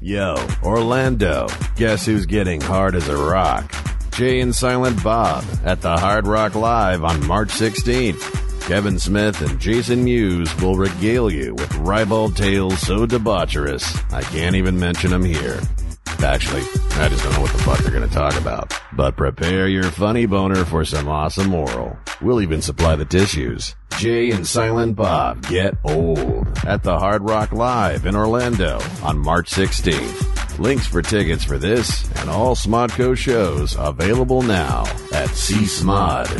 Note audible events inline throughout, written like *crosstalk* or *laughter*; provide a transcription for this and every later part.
Yo, Orlando, guess who's getting hard as a rock? Jay and Silent Bob at the Hard Rock Live on March 16th. Kevin Smith and Jason Mewes will regale you with ribald tales so debaucherous, I can't even mention them here. Actually, I just don't know what the fuck they're gonna talk about. But prepare your funny boner for some awesome oral. We'll even supply the tissues. Jay and Silent Bob get old at the Hard Rock Live in Orlando on March 16th. Links for tickets for this and all Smodco shows available now at csmod.com.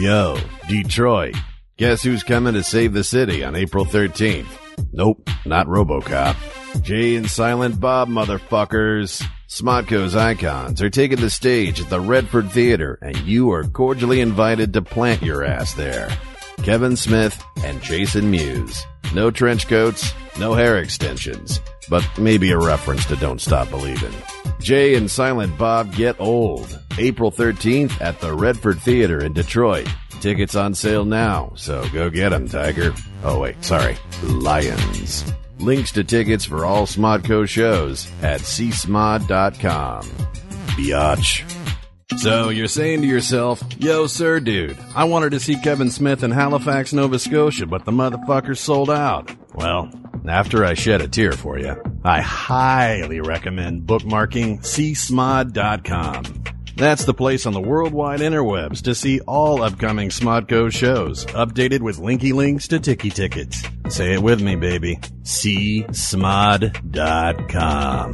Yo, Detroit. Guess who's coming to save the city on April 13th? Nope, not Robocop. Jay and Silent Bob motherfuckers. Smodco's icons are taking the stage at the Redford Theater, and you are cordially invited to plant your ass there. Kevin Smith and Jason Mewes. No trench coats, no hair extensions, but maybe a reference to Don't Stop Believin'. Jay and Silent Bob Get Old, April 13th at the Redford Theater in Detroit. Tickets on sale now, so go get them, Tiger. Oh, wait, sorry, Lions. Links to tickets for all Smodco shows at csmod.com. Biatch. So you're saying to yourself, yo, sir, dude, I wanted to see Kevin Smith in Halifax, Nova Scotia, but the motherfucker sold out. Well, after I shed a tear for you, I highly recommend bookmarking csmod.com. That's the place on the worldwide interwebs to see all upcoming Smodco shows, updated with linky links to Tiki Tickets. Say it with me, baby. csmod.com.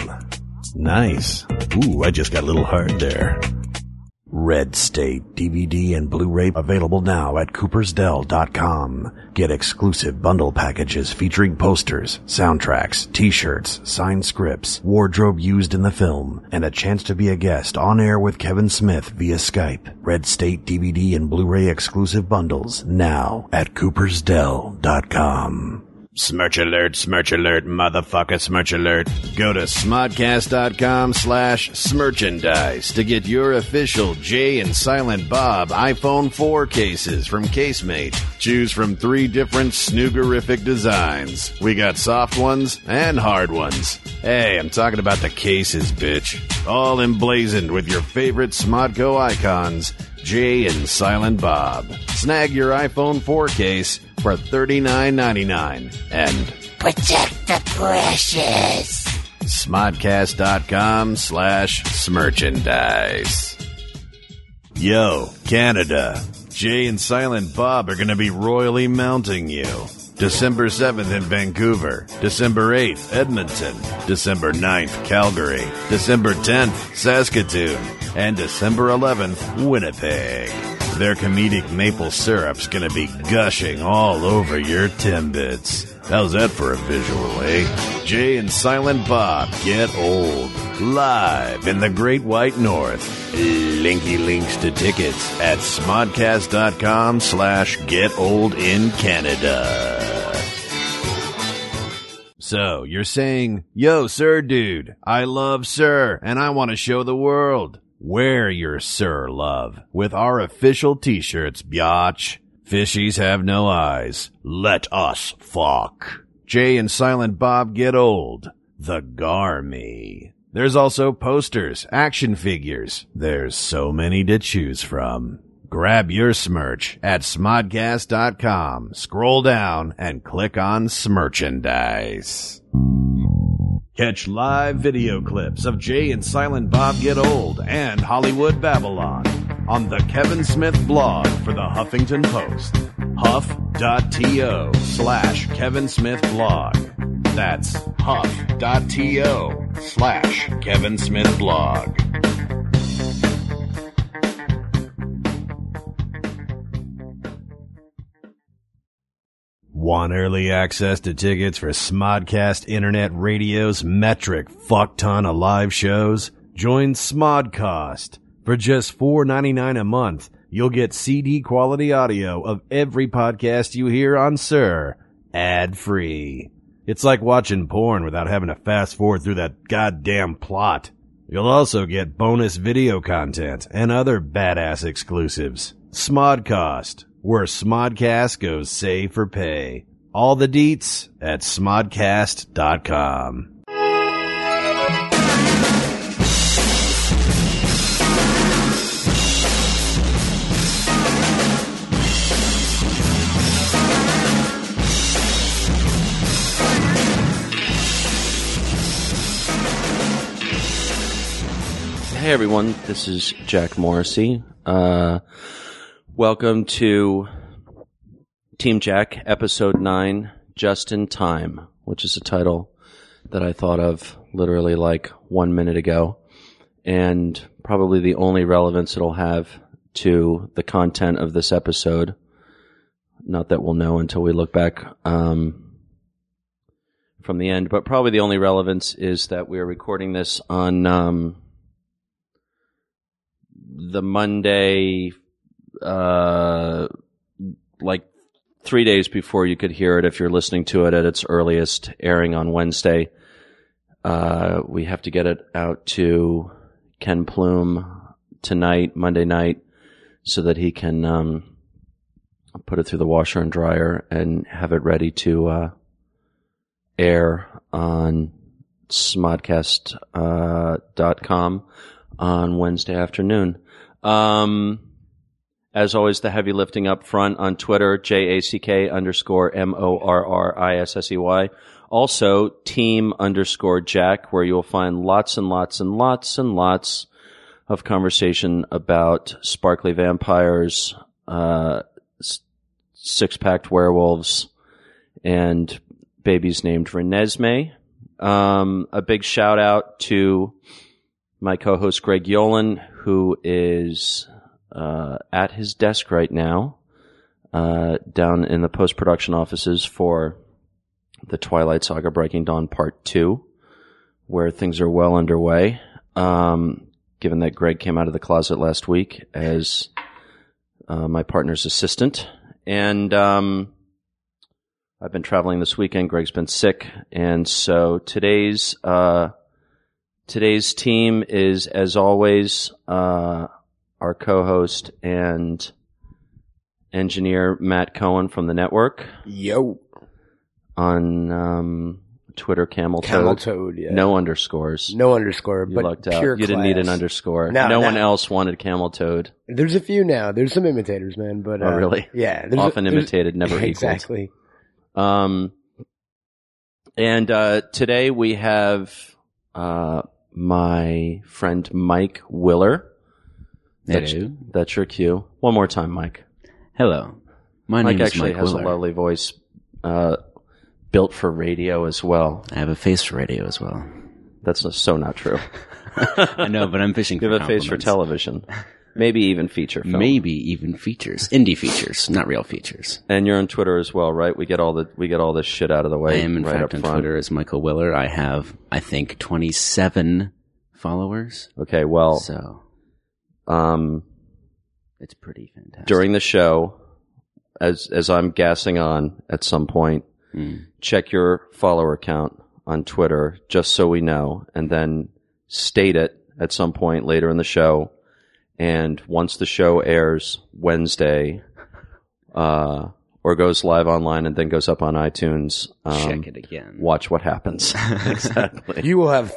Nice. Ooh, I just got a little hard there. Red State DVD and Blu-ray available now at coopersdell.com. Get exclusive bundle packages featuring posters, soundtracks, t-shirts, signed scripts, wardrobe used in the film, and a chance to be a guest on air with Kevin Smith via Skype. Red State DVD and Blu-ray exclusive bundles now at coopersdell.com. Smirch alert, smirch alert, motherfucker, smirch alert. Go to smodcast.com slash smirchandise to get your official Jay and Silent Bob iPhone 4 cases from Casemate. Choose from three different snoogerific designs. We got soft ones and hard ones. Hey, I'm talking about the cases, bitch. All emblazoned with your favorite Smodco icons. Jay and Silent Bob. Snag your iPhone 4 case for $39.99 and Protect the precious. smodcast.com slash smerchandise. Yo, Canada. Jay and Silent Bob are going to be royally mounting you. December 7th in Vancouver, December 8th, Edmonton, December 9th, Calgary, December 10th, Saskatoon, and December 11th, Winnipeg. Their comedic maple syrup's gonna be gushing all over your Timbits. How's that for a visual, eh? Jay and Silent Bob get old. Live in the Great White North. Linky links to tickets at smodcast.com slash get old in Canada. So you're saying, yo, sir, dude, I love sir, and I want to show the world. Wear your sir love with our official t-shirts, biatch. Fishies have no eyes. Let us fuck. Jay and Silent Bob get old. The Garmy. There's also posters, action figures. There's so many to choose from. Grab your smirch at smodcast.com. Scroll down and click on smirchandise. Catch live video clips of Jay and Silent Bob Get Old and Hollywood Babylon on the Kevin Smith blog for the Huffington Post. Huff.to slash Kevin Smith blog. That's huff.to slash Kevin Smith blog. Want early access to tickets for Smodcast Internet Radio's metric fuckton of live shows? Join Smodcast. For just $4.99 a month, you'll get CD quality audio of every podcast you hear on Sir, ad free. It's like watching porn without having to fast forward through that goddamn plot. You'll also get bonus video content and other badass exclusives. Smodcast, where Smodcast goes save for pay. All the deets at smodcast.com. Hey everyone, this is Jack Morrissey. Uh, welcome to Team Jack, Episode 9, Just in Time, which is a title that I thought of literally like one minute ago, and probably the only relevance it'll have to the content of this episode. Not that we'll know until we look back um, from the end, but probably the only relevance is that we're recording this on. Um, the Monday, uh, like three days before you could hear it, if you're listening to it at its earliest airing on Wednesday, uh, we have to get it out to Ken Plume tonight, Monday night, so that he can um, put it through the washer and dryer and have it ready to uh, air on smodcast.com. Uh, dot com on Wednesday afternoon. Um, as always, the heavy lifting up front on Twitter, J A C K underscore M O R R I S S E Y. Also, team underscore Jack, where you'll find lots and lots and lots and lots of conversation about sparkly vampires, uh, six packed werewolves, and babies named Renesmee. Um, a big shout out to my co-host Greg Yolen, who is uh, at his desk right now, uh, down in the post-production offices for the Twilight Saga: Breaking Dawn Part Two, where things are well underway. Um, given that Greg came out of the closet last week as uh, my partner's assistant, and um, I've been traveling this weekend. Greg's been sick, and so today's. Uh, Today's team is, as always, uh, our co-host and engineer Matt Cohen from the network Yo, on um, Twitter. Camel, camel Toad. toad. Yeah. No underscores. no underscore, you but lucked out. pure. You didn't need an class. underscore. No, no no. one else wanted Camel Toad. There's a few now. There's some imitators, man. But Oh, uh, really? Yeah. There's a- Often *laughs* there's- imitated, never equaled. exactly. Um, and uh, today we have uh, my friend Mike Willer. That's, Hello. that's your cue. One more time, Mike. Hello. My Mike name is actually Mike has Willer. a lovely voice, uh, built for radio as well. I have a face for radio *laughs* as well. That's not- so not *laughs* true. I know, but I'm fishing You for have a face for compliments. television, maybe even feature film. Maybe even features. Indie features, not real features. And you're on Twitter as well, right? We get all the we get all this shit out of the I way. am in right fact up on front. Twitter as Michael Willer. I have, I think, 27 followers. Okay, well, So um, it's pretty fantastic. during the show, as as I'm gassing on at some point, Mm. check your follower count on Twitter just so we know, and then state it at some point later in the show. And once the show airs Wednesday, uh, or goes live online and then goes up on iTunes, um, check it again. watch what *laughs* happens. exactly. You will have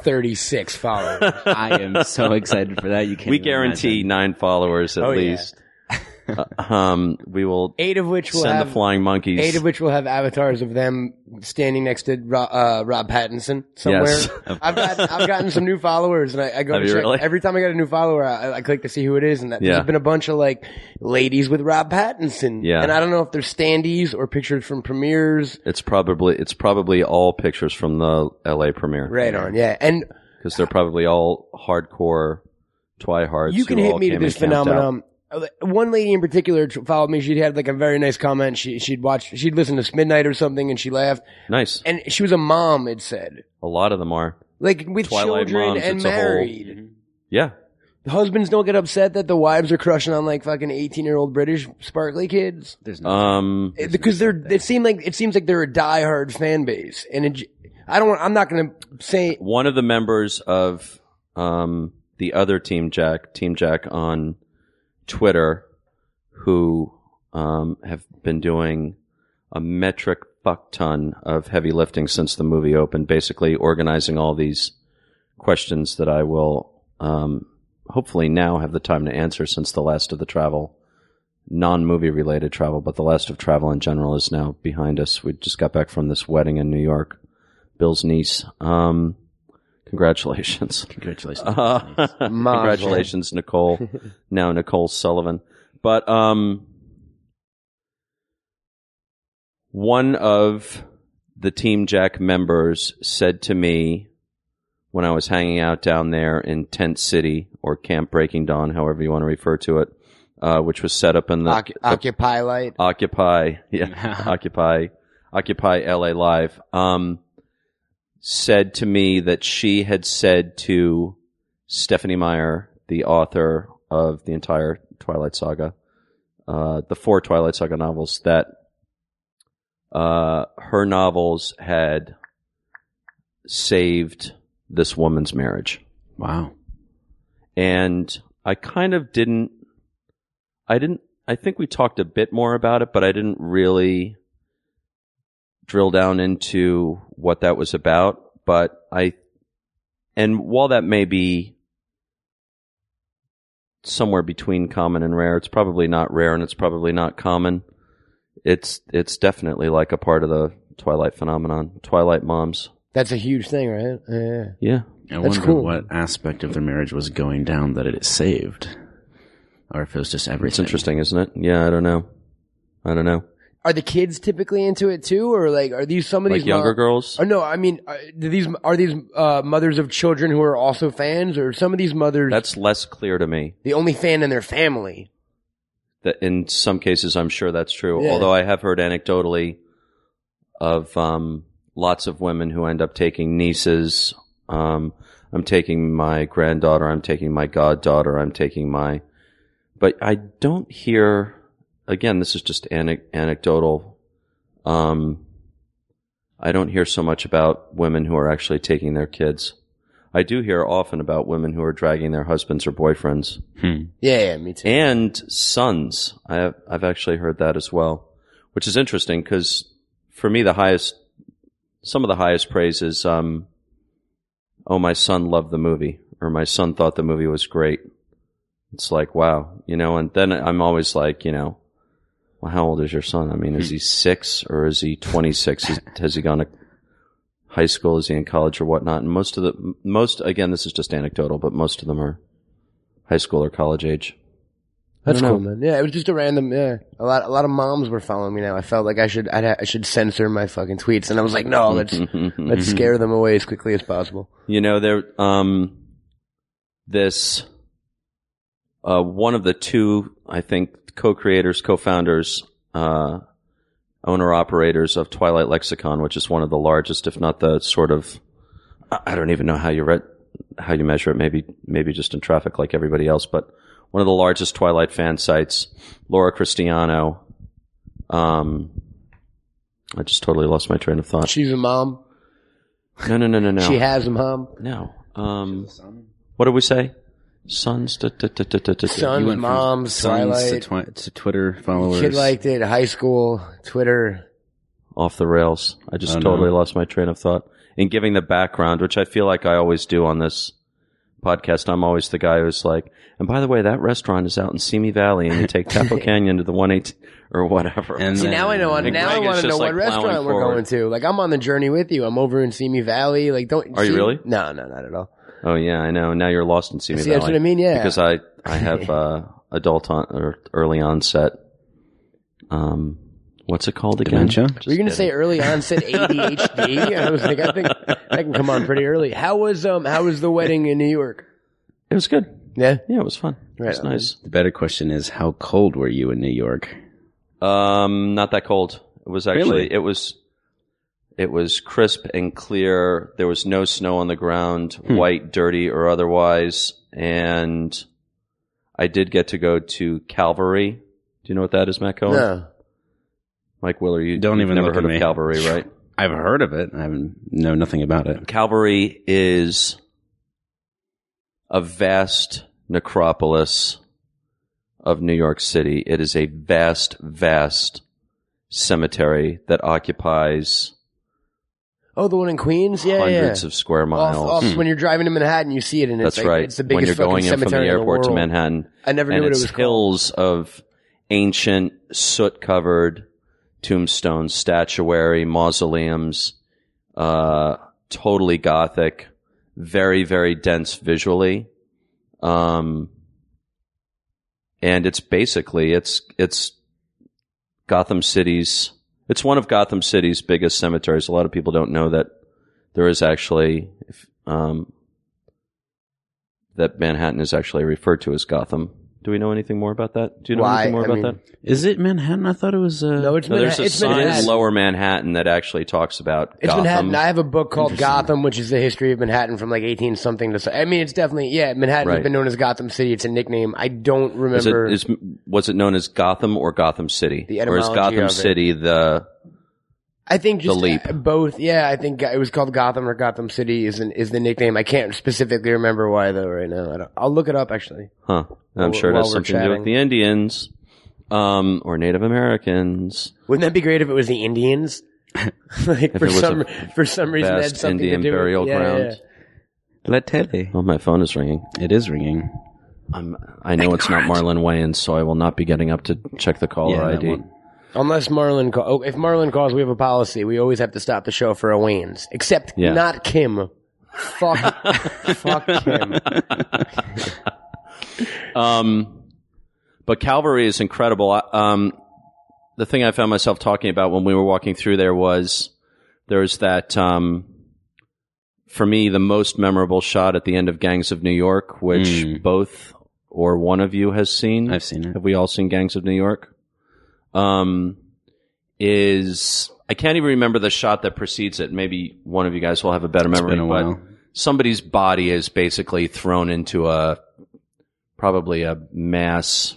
*laughs* 36 followers. I am so excited for that. You can't we even guarantee imagine. nine followers at Oh, yeah. *laughs* least. Uh, um, we will eight of which will send have the flying monkeys. eight of which will have avatars of them standing next to Rob, uh, Rob Pattinson somewhere. Yes. *laughs* I've got I've gotten some new followers, and I, I go Have to you check really? every time I get a new follower, I, I click to see who it is, and that, Yeah. there's been a bunch of like ladies with Rob Pattinson. Yeah. and I don't know if they're standees or pictures from premieres. It's probably it's probably all pictures from the L.A. premiere. Right on, yeah, and because they're probably all hardcore twihards. you can who hit all me to came and this camped out. phenomenon. Uh, One lady in particular t- followed me. She'd had like a very nice comment. She, she'd watched, she'd listened to Midnight or something, and she laughed. Nice. And she was a mom. It said A lot of them are. like with Twilight children moms, and it's a whole- married. Yeah, The Husbands don't get upset that the wives are crushing on like fucking eighteen year old British sparkly kids There's no um, It- because they're. It seemed like it seems like they're a diehard fan base, and it, j- I don't. want- I'm not going to say one of the members of um, the other Team Jack, Team Jack on Twitter, who um, have been doing a metric fuck ton of heavy lifting since the movie opened, basically organizing all these questions that I will um, hopefully now have the time to answer since the last of the travel, non movie related travel, but the last of travel in general is now behind us. We just got back from this wedding in New York, Bill's niece. Um, congratulations. Congratulations. *laughs* Uh, congratulations, Nicole. now Nicole Sullivan. But um, one of the Team Jack members said to me when I was hanging out down there in Tent City or Camp Breaking Dawn, however you want to refer to it, uh, which was set up in the, Oc- the Occupy light. Occupy, yeah, Occupy, Occupy LA Live, um, said to me that she had said to Stephanie Meyer, the author of the entire Twilight Saga, uh, the four Twilight Saga novels, that uh, her novels had saved this woman's marriage wow. and I kind of didn't I didn't I think we talked a bit more about it, but I didn't really drill down into what that was about, but I and while that may be somewhere between common and rare, it's probably not rare and it's probably not common. It's it's definitely like a part of the Twilight phenomenon, Twilight moms. That's a huge thing, right? Yeah. Yeah. I That's wonder cool. what aspect of their marriage was going down that it saved, or if it was just everything. It's interesting, isn't it? Yeah, I don't know. I don't know. Are the kids typically into it too, or like are these some of Like these younger mo- girls? Or no, I mean, are do these are these uh, mothers of children who are also fans, or some of these mothers That's less clear to me. the only fan in their family? That in some cases, I'm sure that's true. Yeah. Although I have heard anecdotally of um, lots of women who end up taking nieces. Um, I'm taking my granddaughter. I'm taking my goddaughter. I'm taking my. But I don't hear. Again, this is just anec- anecdotal. Um, I don't hear so much about women who are actually taking their kids. I do hear often about women who are dragging their husbands or boyfriends Hmm. Yeah, yeah me too. and sons. I have, I've actually heard that as well, which is interesting because for me, the highest, some of the highest praise is, um, oh, my son loved the movie or my son thought the movie was great. It's like, wow, you know, and then I'm always like, you know, well, how old is your son? I mean, is he six or is he 26? Is, has he gone to high school? Is he in college or whatnot? And most of the, most, again, this is just anecdotal, but most of them are high school or college age. That's I don't cool, man. Yeah, it was just a random. Yeah, a lot, a lot of moms were following me now. I felt like I should, I'd, ha- I should censor my fucking tweets, and I was like, Mm-hmm. no, *laughs* let's let's scare them away as quickly as possible. You know, there um this uh one of the two, I think, co-creators, co-founders, uh owner operators of Twilight Lexicon, which is one of the largest, if not the sort of I I don't even know how you read how you measure it, maybe maybe just in traffic like everybody else, but one of the largest Twilight fan sites, Laura Cristiano. Um I just totally lost my train of thought. She's a mom. No, no, no, no, no. She has a mom. No. Um, what did we say? Sons. Da, da, da, da, da, da. Sons, went from moms, Sons to, Twilight. twi- to Twitter followers. Kid liked it. High school, Twitter. Off the rails. I just Oh, no. totally lost my train of thought. In giving the background, which I feel like I always do on this podcast, I'm always the guy who's like, and by the way, that restaurant is out in Simi Valley and you *laughs* take Tapo Canyon to the 118 *laughs* or whatever. And See, then- now I know. And Now I Greg is want to just, know like, what restaurant plowing we're forward. going to. Like, I'm on the journey with you. I'm over in Simi Valley. Like, don't. Are you see- really? No, no, not at all. oh yeah, I know. Now you're lost in Simi See, Valley. that's what I mean. Yeah. Because I, *laughs* I have, uh, adult on or early onset. Um, what's it called again? Dementia? Just were you gonna kidding. say *laughs* early onset ADHD? I was like, I think I can come on pretty early. How was um? How was the wedding in New York? It was good. Yeah. Yeah, it was fun. It Right was on. nice. The better question is, how cold were you in New York? Um, not that cold. It was actually Really? it was it was crisp and clear. There was no snow on the ground, Hmm. white, dirty, or otherwise. And I did get to go to Calvary. Do you know what that is, Matt Cohen? No. Mike Willer, you Don't you've even never look heard at of me. *laughs* Calvary, right? I've heard of it. I haven't- know nothing about it. Calvary is a vast necropolis of New York City. It is a vast, vast cemetery that occupies Oh, the one in Queens? Yeah, yeah, hundreds yeah. of square Off- miles. Hmm. off- When you're driving to Manhattan, you see it, and it's, That's like, right. it's the when biggest you're going fucking in from the cemetery in airport to world. Manhattan, I never knew and what it it's was called. hills of ancient soot-covered tombstones, statuary, mausoleums, uh, totally gothic, very very dense visually, um, and it's basically it's it's Gotham City's. It's one of Gotham City's biggest cemeteries. A lot of people don't know that there is actually if, um, that Manhattan is actually referred to as Gotham. Do we know anything more about that? Do you know Why? anything more I about mean, that? Is it Manhattan? I thought it was. Uh, No, it's No, there's Manhattan. a It's sign in Manhattan. Lower Manhattan that actually talks about It's Gotham. Manhattan. I have a book called Gotham, which is the history of Manhattan from like 18 something to. I mean, it's definitely yeah. Manhattan Right. has been known as Gotham City. It's a nickname. I don't Is it, remember. is, was it known as Gotham or Gotham City? The or is etymology Gotham of it. City the I think just The Leap. uh, both. Yeah, I think it was called Gotham or Gotham City is an, is the nickname. I can't specifically remember why though right now. I don't, I'll look it up actually. Huh. I'm Wh- sure it while has we're something to do with chatting. the Indians um, or Native Americans. Wouldn't that be great if it was the Indians? *laughs* like for it was some a for some reason that's Vast something Indian to do burial with, yeah, yeah, ground. yeah. La Tele. Oh, my phone is ringing. It is ringing. I'm, I know it's not Marlon Wayans, so I will not be getting up to check the caller Yeah, that ID. one. Unless Marlon, call- oh, if Marlon calls, we have a policy. We always have to stop the show for a Wayne's, except Yeah. not Kim. Fuck, *laughs* fuck Kim. Um, but Calvary is incredible. I- Um, the thing I found myself talking about when we were walking through there was there's that, um, for me, the most memorable shot at the end of Gangs of New York, which Mm. both or one of you has seen. I've seen it. Have we all seen Gangs of New York? Um, is I can't even remember the shot that precedes it. Maybe one of you guys will have a better It's memory. been a but while. somebody's body is basically thrown into a probably a mass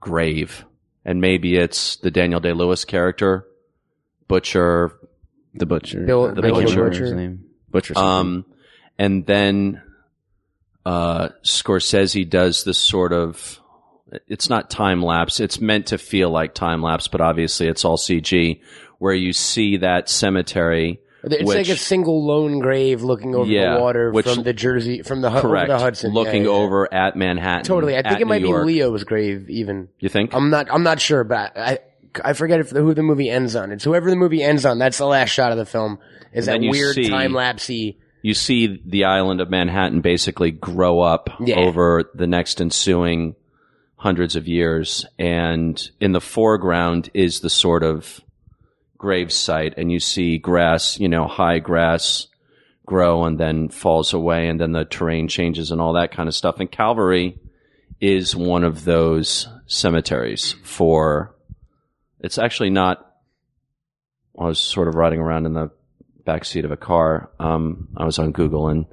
grave, and maybe it's the Daniel Day Lewis character, butcher, The butcher. Bill- the Michael butcher. Butcher. His name. Butcher. something. Um, and then uh, Scorsese does this sort of. It's not time lapse. It's meant to feel like time lapse, but obviously it's all CG, where you see that cemetery. It's like Which- a single lone grave looking over Yeah, the water which- from the Jersey, from the, Hu- over Correct. the Uh, Hudson, Yeah, Looking yeah, yeah. over at Manhattan. Totally, I at think it might New York. be Leo's grave. Even You think? I'm not, I'm not sure, but I, I forget if the, who the movie ends on. It's whoever the movie ends on. That's the last shot of the film. Is And that then you weird see- time lapsey? you see the island of Manhattan basically grow up Yeah. over the next ensuing hundreds of years. And in the foreground is the sort of grave site and you see grass, you know, high grass grow and then falls away and then the terrain changes and all that kind of stuff. And Calvary is one of those cemeteries for it's actually not I was sort of riding around in the back seat of a car. Um, I was on Google and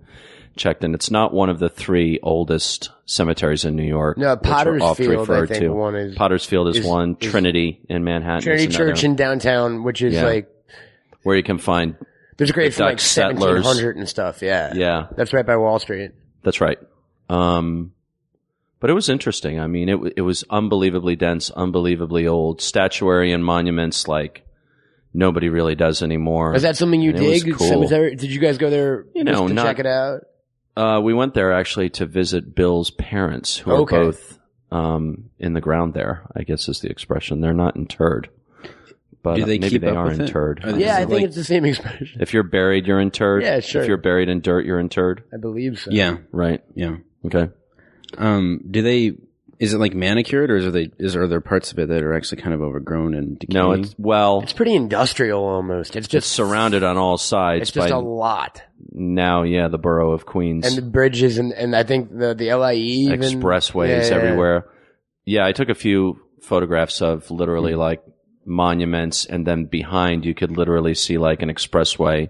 checked, and it's not one of the three oldest cemeteries in New York. No, which are Potter's oft Field. I referred think to. one is Potter's Field is, is- one. is- Trinity in Manhattan, is Trinity another, Church in downtown, which is Yeah. like where you can find. There's a grave The from like Dutch settlers. 1700 and stuff. Yeah. Yeah, That's right by Wall Street. that's right. Um, but it was interesting. I mean, it w- it was unbelievably dense, unbelievably old statuary and monuments like nobody really does anymore. Is that something you And it was dig? cool. Cemetery? Did you guys go there? You know, just to not- check it out. Uh, we went there actually to visit Bill's parents, who Okay. are both um, in the ground there. I guess is the expression. They're not interred, but uh, Do they maybe keep they up are with it? interred. Are they- Yeah, I think like- it's the same *laughs* expression. If you're buried, you're interred. Yeah, sure. If you're buried in dirt, you're interred. I believe so. yeah. Right. Yeah. Okay. Um, do they? Is it like manicured, or is they? Is are there parts of it that are actually kind of overgrown and decaying? No, it's well, It's it's, pretty industrial almost. It's just surrounded on all sides It's by just a lot. now, yeah, the borough of Queens And the bridges and, and I think the, the LIE even. expressways Yeah, yeah. everywhere. Yeah, I took a few photographs of literally Mm. like monuments, and then behind you could literally see like an expressway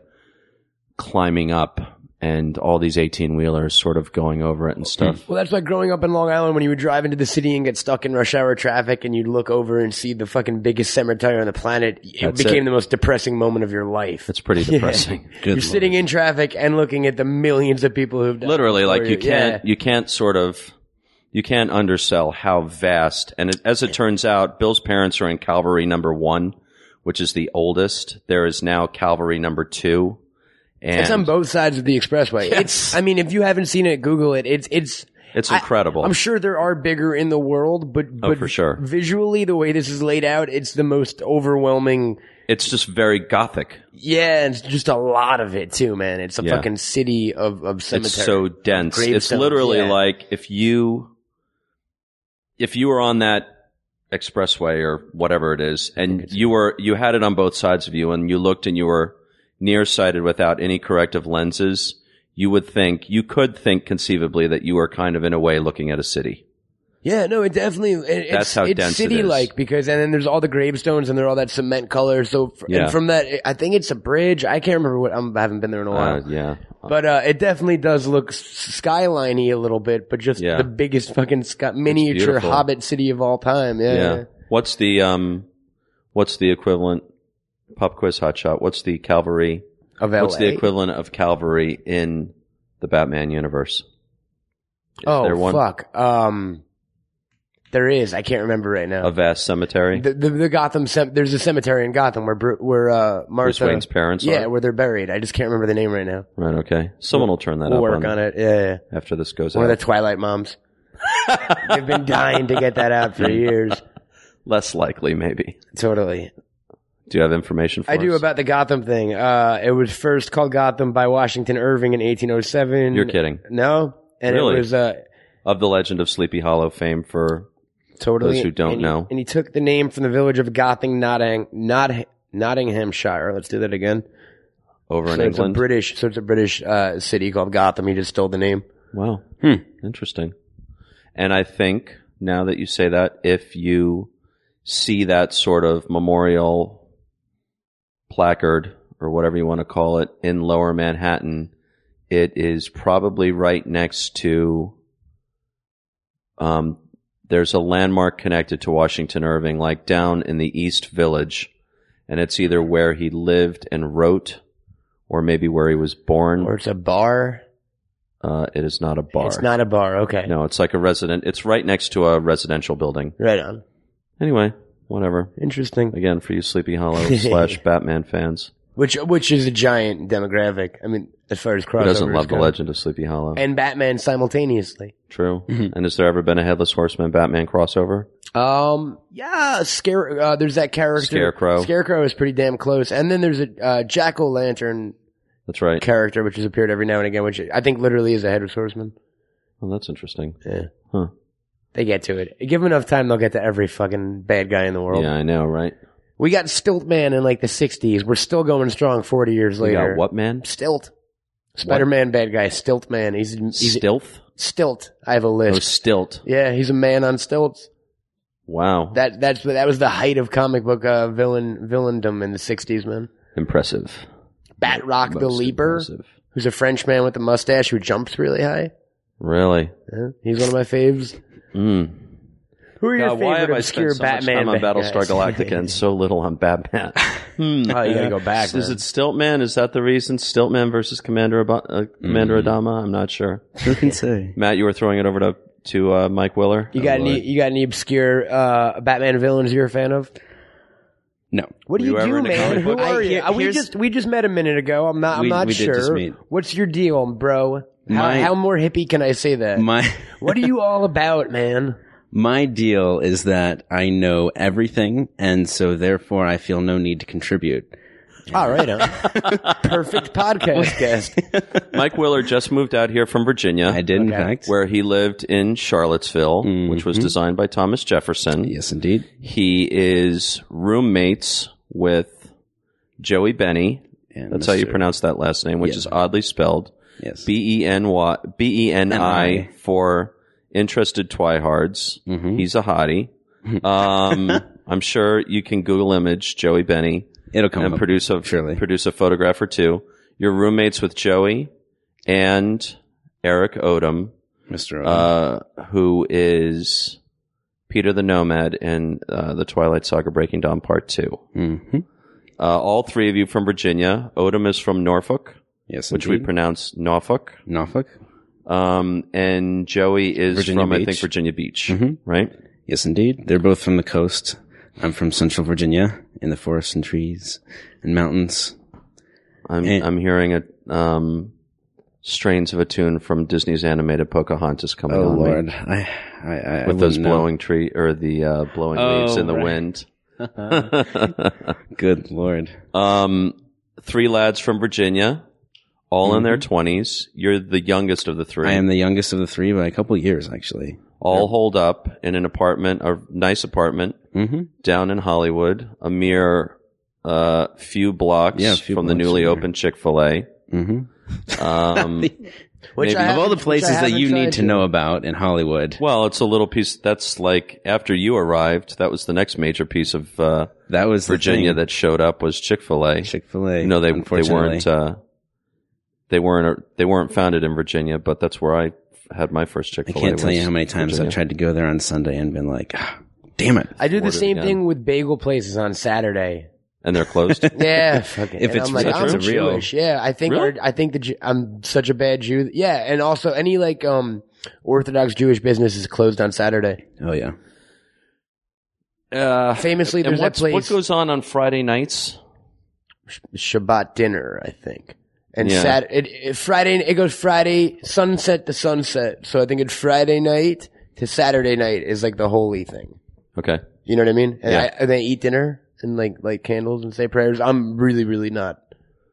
climbing up, and all these eighteen wheelers sort of going over Oh. it and stuff. Well, that's like growing up in Long Island when you would drive into the city and get stuck in rush hour traffic and you'd look over and see the fucking biggest cemetery on the planet. It That's became it. the most depressing moment of your life. It's *laughs* pretty depressing. Good You're sitting in traffic and looking at the millions of people who've died literally before like you can't Yeah. you can't sort of you can't undersell how vast and it, as it turns out bill's parents are in calvary number one which is the oldest. There is now Calvary number two. And It's on both sides of the expressway. It's. I mean, if you haven't seen it, Google it. It's. It's. It's I- incredible. I'm sure there are bigger in the world, but Oh, but for sure. visually, the way this is laid out, it's the most overwhelming. it's just very gothic. Yeah, and it's just a lot of it too, man. It's a Yeah. fucking city of of cemetery. It's so dense. It's Gravestones, literally yeah. like if you if you were on that expressway or whatever it is, and you were you had it on both sides of you, and you looked and you were nearsighted without any corrective lenses, you would think you could think conceivably that you were kind of in a way looking at a city. Yeah, no, it definitely. It, That's it's, how it's dense it city is. like because and then there's all the gravestones and they're all that cement color. So fr- Yeah. and from that, I think it's a bridge. I can't remember what I'm, I haven't been there in a while. Uh, yeah, But uh, it definitely does look s- skyliney a little bit, but just Yeah. the biggest fucking sky- miniature beautiful. Hobbit city of all time. Yeah, yeah. yeah. What's the um, what's the equivalent? Pop quiz hotshot. What's the Calvary? of LA. What's the equivalent of Calvary in the Batman universe? Is oh there one? fuck. Um, there is. I can't remember right now. A vast cemetery. the, the the Gotham. Cem- there's a cemetery in Gotham where Bru- where uh, Bruce Martha. Wayne's parents. yeah, are? where they're buried. I just can't remember the name right now. right. Okay, someone will turn that We'll up work on it. Yeah, yeah. after this goes One out. of the Twilight moms. *laughs* They've been dying to get that out for years. Less likely, maybe. Totally. Do you have information for I do us? about the Gotham thing. Uh, it was first called Gotham by Washington Irving in 1807. You're kidding. No, and Really? it was uh, Of the legend of Sleepy Hollow fame for totally. Those who don't and he- know. and he took the name from the village of Gotham, Notting, Not, Nottinghamshire. Let's do that again. over in so it's a England. British, so it's a British uh, city called Gotham. He just stole the name. wow. Hmm. Interesting. And I think now that you say that, if you see that sort of memorial placard or whatever you want to call it in lower Manhattan, it is probably right next to um there's a landmark connected to Washington Irving, like down in the East Village, and it's either where he lived and wrote or maybe where he was born. Or it's a bar. uh, it is not a bar. It's not a bar. Okay. No, it's like a resident. It's right next to a residential building. Right on. Anyway, whatever. Interesting. Again, for you Sleepy *laughs* Hollow slash Batman fans, which which is a giant demographic. I mean, as far as who crossover doesn't love the go. legend of Sleepy Hollow? and Batman simultaneously. *laughs* True. Mm-hmm. And has there ever been a headless horseman Batman crossover? Um, yeah, scare. Uh, there's that character Scarecrow. Scarecrow is pretty damn close, and then there's a uh, Jack O' Lantern That's right. character which has appeared every now and again, which I think literally is a head of swordsman. Well, that's interesting. They get to it. Give them enough time, they'll get to every fucking bad guy in the world. Yeah, I know, right? We got Stilt Man in like the '60s. We're still going strong 40 years We later. got what man? Stilt. Spider-Man bad guy, Stilt Man. He's he's Stealth? Stilt. I have a Oh, list. stilt. Yeah, he's a man on stilts. Wow. That that's that was the height of comic book uh, villain villaindom in the '60s, man. impressive. Batrock the Most Leaper, impressive. who's a French man with a mustache who jumps really high. Really? Yeah, he's one of my faves. Mm. Who are your God, favorite why have I obscure spent so Batman? much time on bad Battlestar guys? Galactica and so little on Batman? Hmm. *laughs* Oh, you *laughs* gotta go back, Is man. it Stiltman? Is that the reason? Stiltman versus Commander Ab- uh, Commander Mm-hmm. Adama? I'm not sure. Who can say? *laughs* Matt, you were throwing it over to to uh, Mike Willer. you got Oh, any? Lord. You got any obscure uh, Batman villains you're a fan of? No. What Were do you, you ever do, into man? comic Who books? are I- you? here- Uh, we here's- just we just met a minute ago. I'm not. I'm We- not we did sure. just meet. What's your deal, bro? How, My- how more hippie can I say that? My what are you all about, man? my deal is that I know everything, and so therefore I feel no need to contribute. All right, huh? perfect podcast guest. Mike Willer just moved out here from Virginia, I did, in Okay. fact. where he lived in Charlottesville, Mm-hmm. which was designed by Thomas Jefferson. yes, indeed. He is roommates with Joey Benny. And That's how you Mr. pronounce that last name, which is oddly spelled. Yes. B E N Y B E N I N-I. for interested twihards. Mhm. He's a hottie. Hmm. *laughs* Um, I'm sure you can Google image Joey Benny It'll come and up. produce a surely. produce a photograph or two. Your roommates with Joey and Eric Odom, Mr. O. uh, who is Peter the Nomad in uh, the Twilight Saga: Breaking Dawn Part Two. Mhm. Uh, all three of you from Virginia. Odom is from Norfolk, Yes, which we indeed. pronounce Norfolk. Norfolk. Um, and Joey is Virginia from, I Beach. think, Virginia Beach, Mhm. right? Yes, indeed. They're both from the coast. I'm from Central Virginia in the forests and trees and mountains. I'm And- I'm hearing a um, strains of a tune from Disney's animated Pocahontas coming Oh on me Lord, I, I, I with those wouldn't know. blowing tree or the uh, blowing Oh, leaves in the right. wind. *laughs* *laughs* Good Lord, um, three lads from Virginia, all in their twenties. You're the youngest of the three. Mm-hmm. I am the youngest of the three by a couple years actually. all holed up in an apartment, a nice apartment Mm-hmm. down in Hollywood, a mere uh, few blocks Yeah, a few from the blocks newly from there. opened Chick Fil A. *laughs* Mm-hmm. Um, Which Maybe. I of all haven't- the which I places that haven't you tried need to know about in Hollywood, Well, it's a little piece. That's like after you arrived. That was the next major piece of uh, that was Virginia that showed up was Chick Fil A. Chick Fil A. No, they they weren't. Uh, they weren't. They weren't founded in Virginia, but that's where I had my first Chick I Fil A. can't tell you how many times I've tried to go there on Sunday and been like, "Ah, "Damn it!" I do the Order same again. thing with bagel places on *laughs* Saturday. and they're closed. *laughs* Yeah, fucking. If and it's I'm like, real, I'm it's real. Jewish. Yeah, I think Really? our- I think that Ju- I'm such a bad Jew. Yeah, and also any like um Orthodox Jewish business is closed on Saturday. Oh yeah, uh, Famously, and there's that what's, place what goes on on Friday nights? Shabbat dinner, I think. And Yeah. Sat it, it, Friday, it goes Friday sunset to sunset. So I think it's Friday night to Saturday night is like the holy thing. Okay, You know what I mean? And, Yeah. I, and they eat dinner and like like candles and say prayers. I'm really really not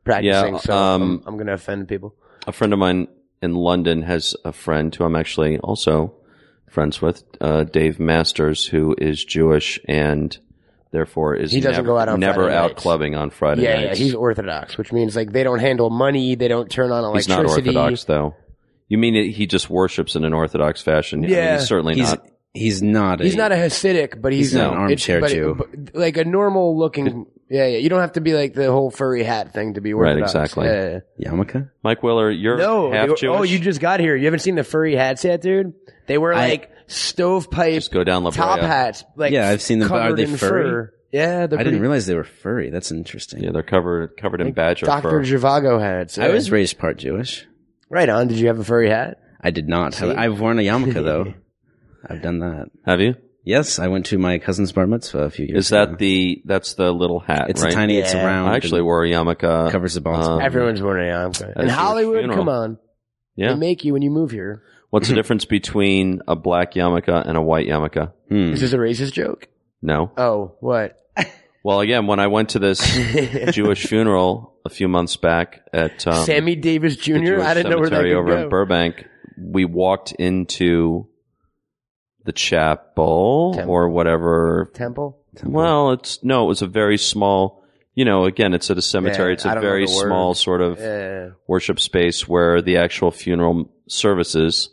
practicing, Yeah, so um, I'm, I'm gonna offend people. a friend of mine in London has a friend who I'm actually also friends with, uh, Dave Masters, who is Jewish and therefore is He doesn't never, go out on never Friday out nights. clubbing on Friday yeah, nights. yeah, he's Orthodox, which means like they don't handle money, they don't turn on He's not electricity. Orthodox, though. You mean it- he just worships in an Orthodox fashion? I mean, Yeah. he's certainly he's not. he's not. He's a, not a Hasidic, but he's, He's not an it's- armchair but it- Jew. but, like a normal looking. Yeah, yeah. You don't have to be like the whole furry hat thing to be Orthodox. exactly. Yeah, yeah. Yarmulke? Mike Willer, you're No. half you- Jewish. Oh, you just got here. You haven't seen the furry hats yet, dude? They were I- like stovepipe just go down La Brea. top hats. Like Yeah, I've seen them, but are covered they in furry? fur. Yeah, they're I didn't pretty- realize they were furry. That's interesting. Yeah, they're covered covered in badger Dr. fur. Zhivago hats. I yeah. was raised part Jewish. right on. Did you have a furry hat? I did not. Have, I've worn a yarmulke *laughs* though. I've done that. Have you? Yes, I went to my cousin's bar mitzvah a few years. Is ago. that the that's the little hat? It's right? a tiny. It's Yeah. a round. I actually and wore a yarmulke. covers the balls. Um, Everyone's wearing a yarmulke. In your Hollywood, funeral. come on. yeah. They make you when you move here. What's *clears throat* the difference between a black yarmulke and a white yarmulke? Hmm. Is this a racist joke? No. Oh, what? Well, again, when I went to *laughs* this Jewish funeral a few months back at um, Sammy Davis Jr. the Jewish I didn't know where that cemetery could over go. in Burbank, we walked into the chapel Temple. or whatever. Temple. Well, it's no, it was a very small. You know, again, it's at a cemetery. Yeah, it's I a don't know very the word. small sort of Yeah. worship space where the actual funeral services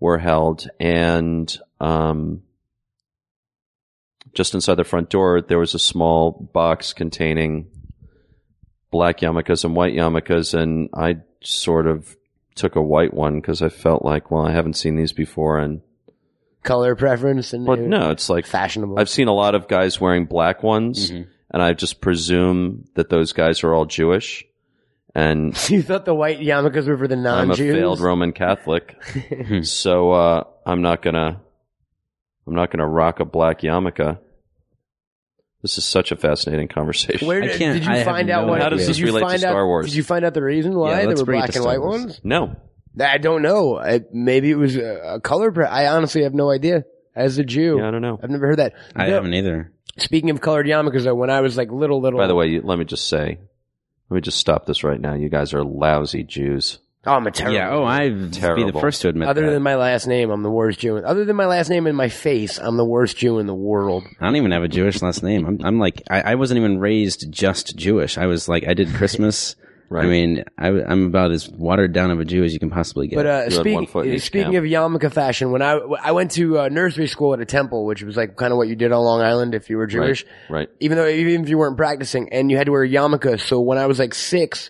were held and um, just inside the front door there was a small box containing black yarmulkes and white yarmulkes and i sort of took a white one because i felt like well i haven't seen these before and Color preference and but uh, no it's like fashionable. i've seen a lot of guys wearing black ones Mhm. and i just presume that those guys are all jewish and *laughs* you thought the white yarmulkes were for the I'm a non-Jews? failed Roman *laughs* Catholic, so uh, I'm not gonna I'm not gonna rock a black yarmulke. This is such a fascinating conversation. Where I did, can't- did you I have find out no what? idea. How does did this you relate to find out- Star Wars? Did you find out the reason why Yeah, there let's were bring it black to and Star white Wars. ones? no, I don't know. I, maybe it was a, a color. Pre- I honestly have no idea. As a Jew, yeah, I don't know. I've never heard that. I No. haven't either. Speaking of colored yarmulkes, though, when I was like little, little. By the way, you, let me just say, let me just stop this right now. You guys are lousy Jews. oh, I'm a terrible. Yeah. Oh, I'd be the Terrible. first to admit Other that. than my last name, I'm the worst Jew. in- Other than my last name and my face, I'm the worst Jew in the world. I don't even have a Jewish last name. I'm, I'm like, I, I wasn't even raised just Jewish. I was like, I *laughs* did Christmas. Right. I mean, I, am about as watered down of a Jew as you can possibly get. But uh, You had one speak, foot in each speaking camp. of yarmulke fashion, when I I went to uh, nursery school at a temple, which was like kind of what you did on Long Island if you were Jewish, Right? even though even if you weren't practicing, and you had to wear a yarmulke. So when I was like six,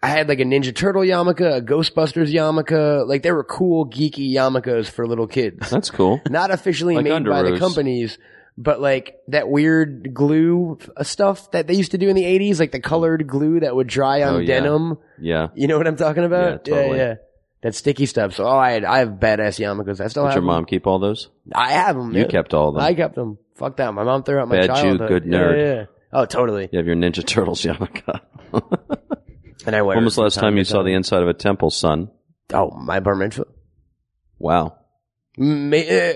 I had like a Ninja Turtle yarmulke, a Ghostbusters yarmulke, like they were cool geeky yarmulkes for *laughs* little kids, That's *laughs* cool. not officially Like made by the underoos. companies. But like that weird glue uh, stuff that they used to do in the 80s, like the colored glue that would dry on Oh, yeah. denim. Yeah. You know what I'm talking about? Yeah, totally. That sticky stuff. So, oh, I had, I have badass yarmulkes. I still Did have your 'em. mom keep all those? I have them. You kept all of them. I kept them. Fuck that. My mom threw out my Bad Jew, childhood. good Yeah, nerd. Yeah, yeah. Oh, totally. You have your Ninja Turtles *laughs* yarmulke. And I wear. when was it the last from time you to saw the inside of a temple, son? Oh, my bar mitzvah. Wow. Ma- uh,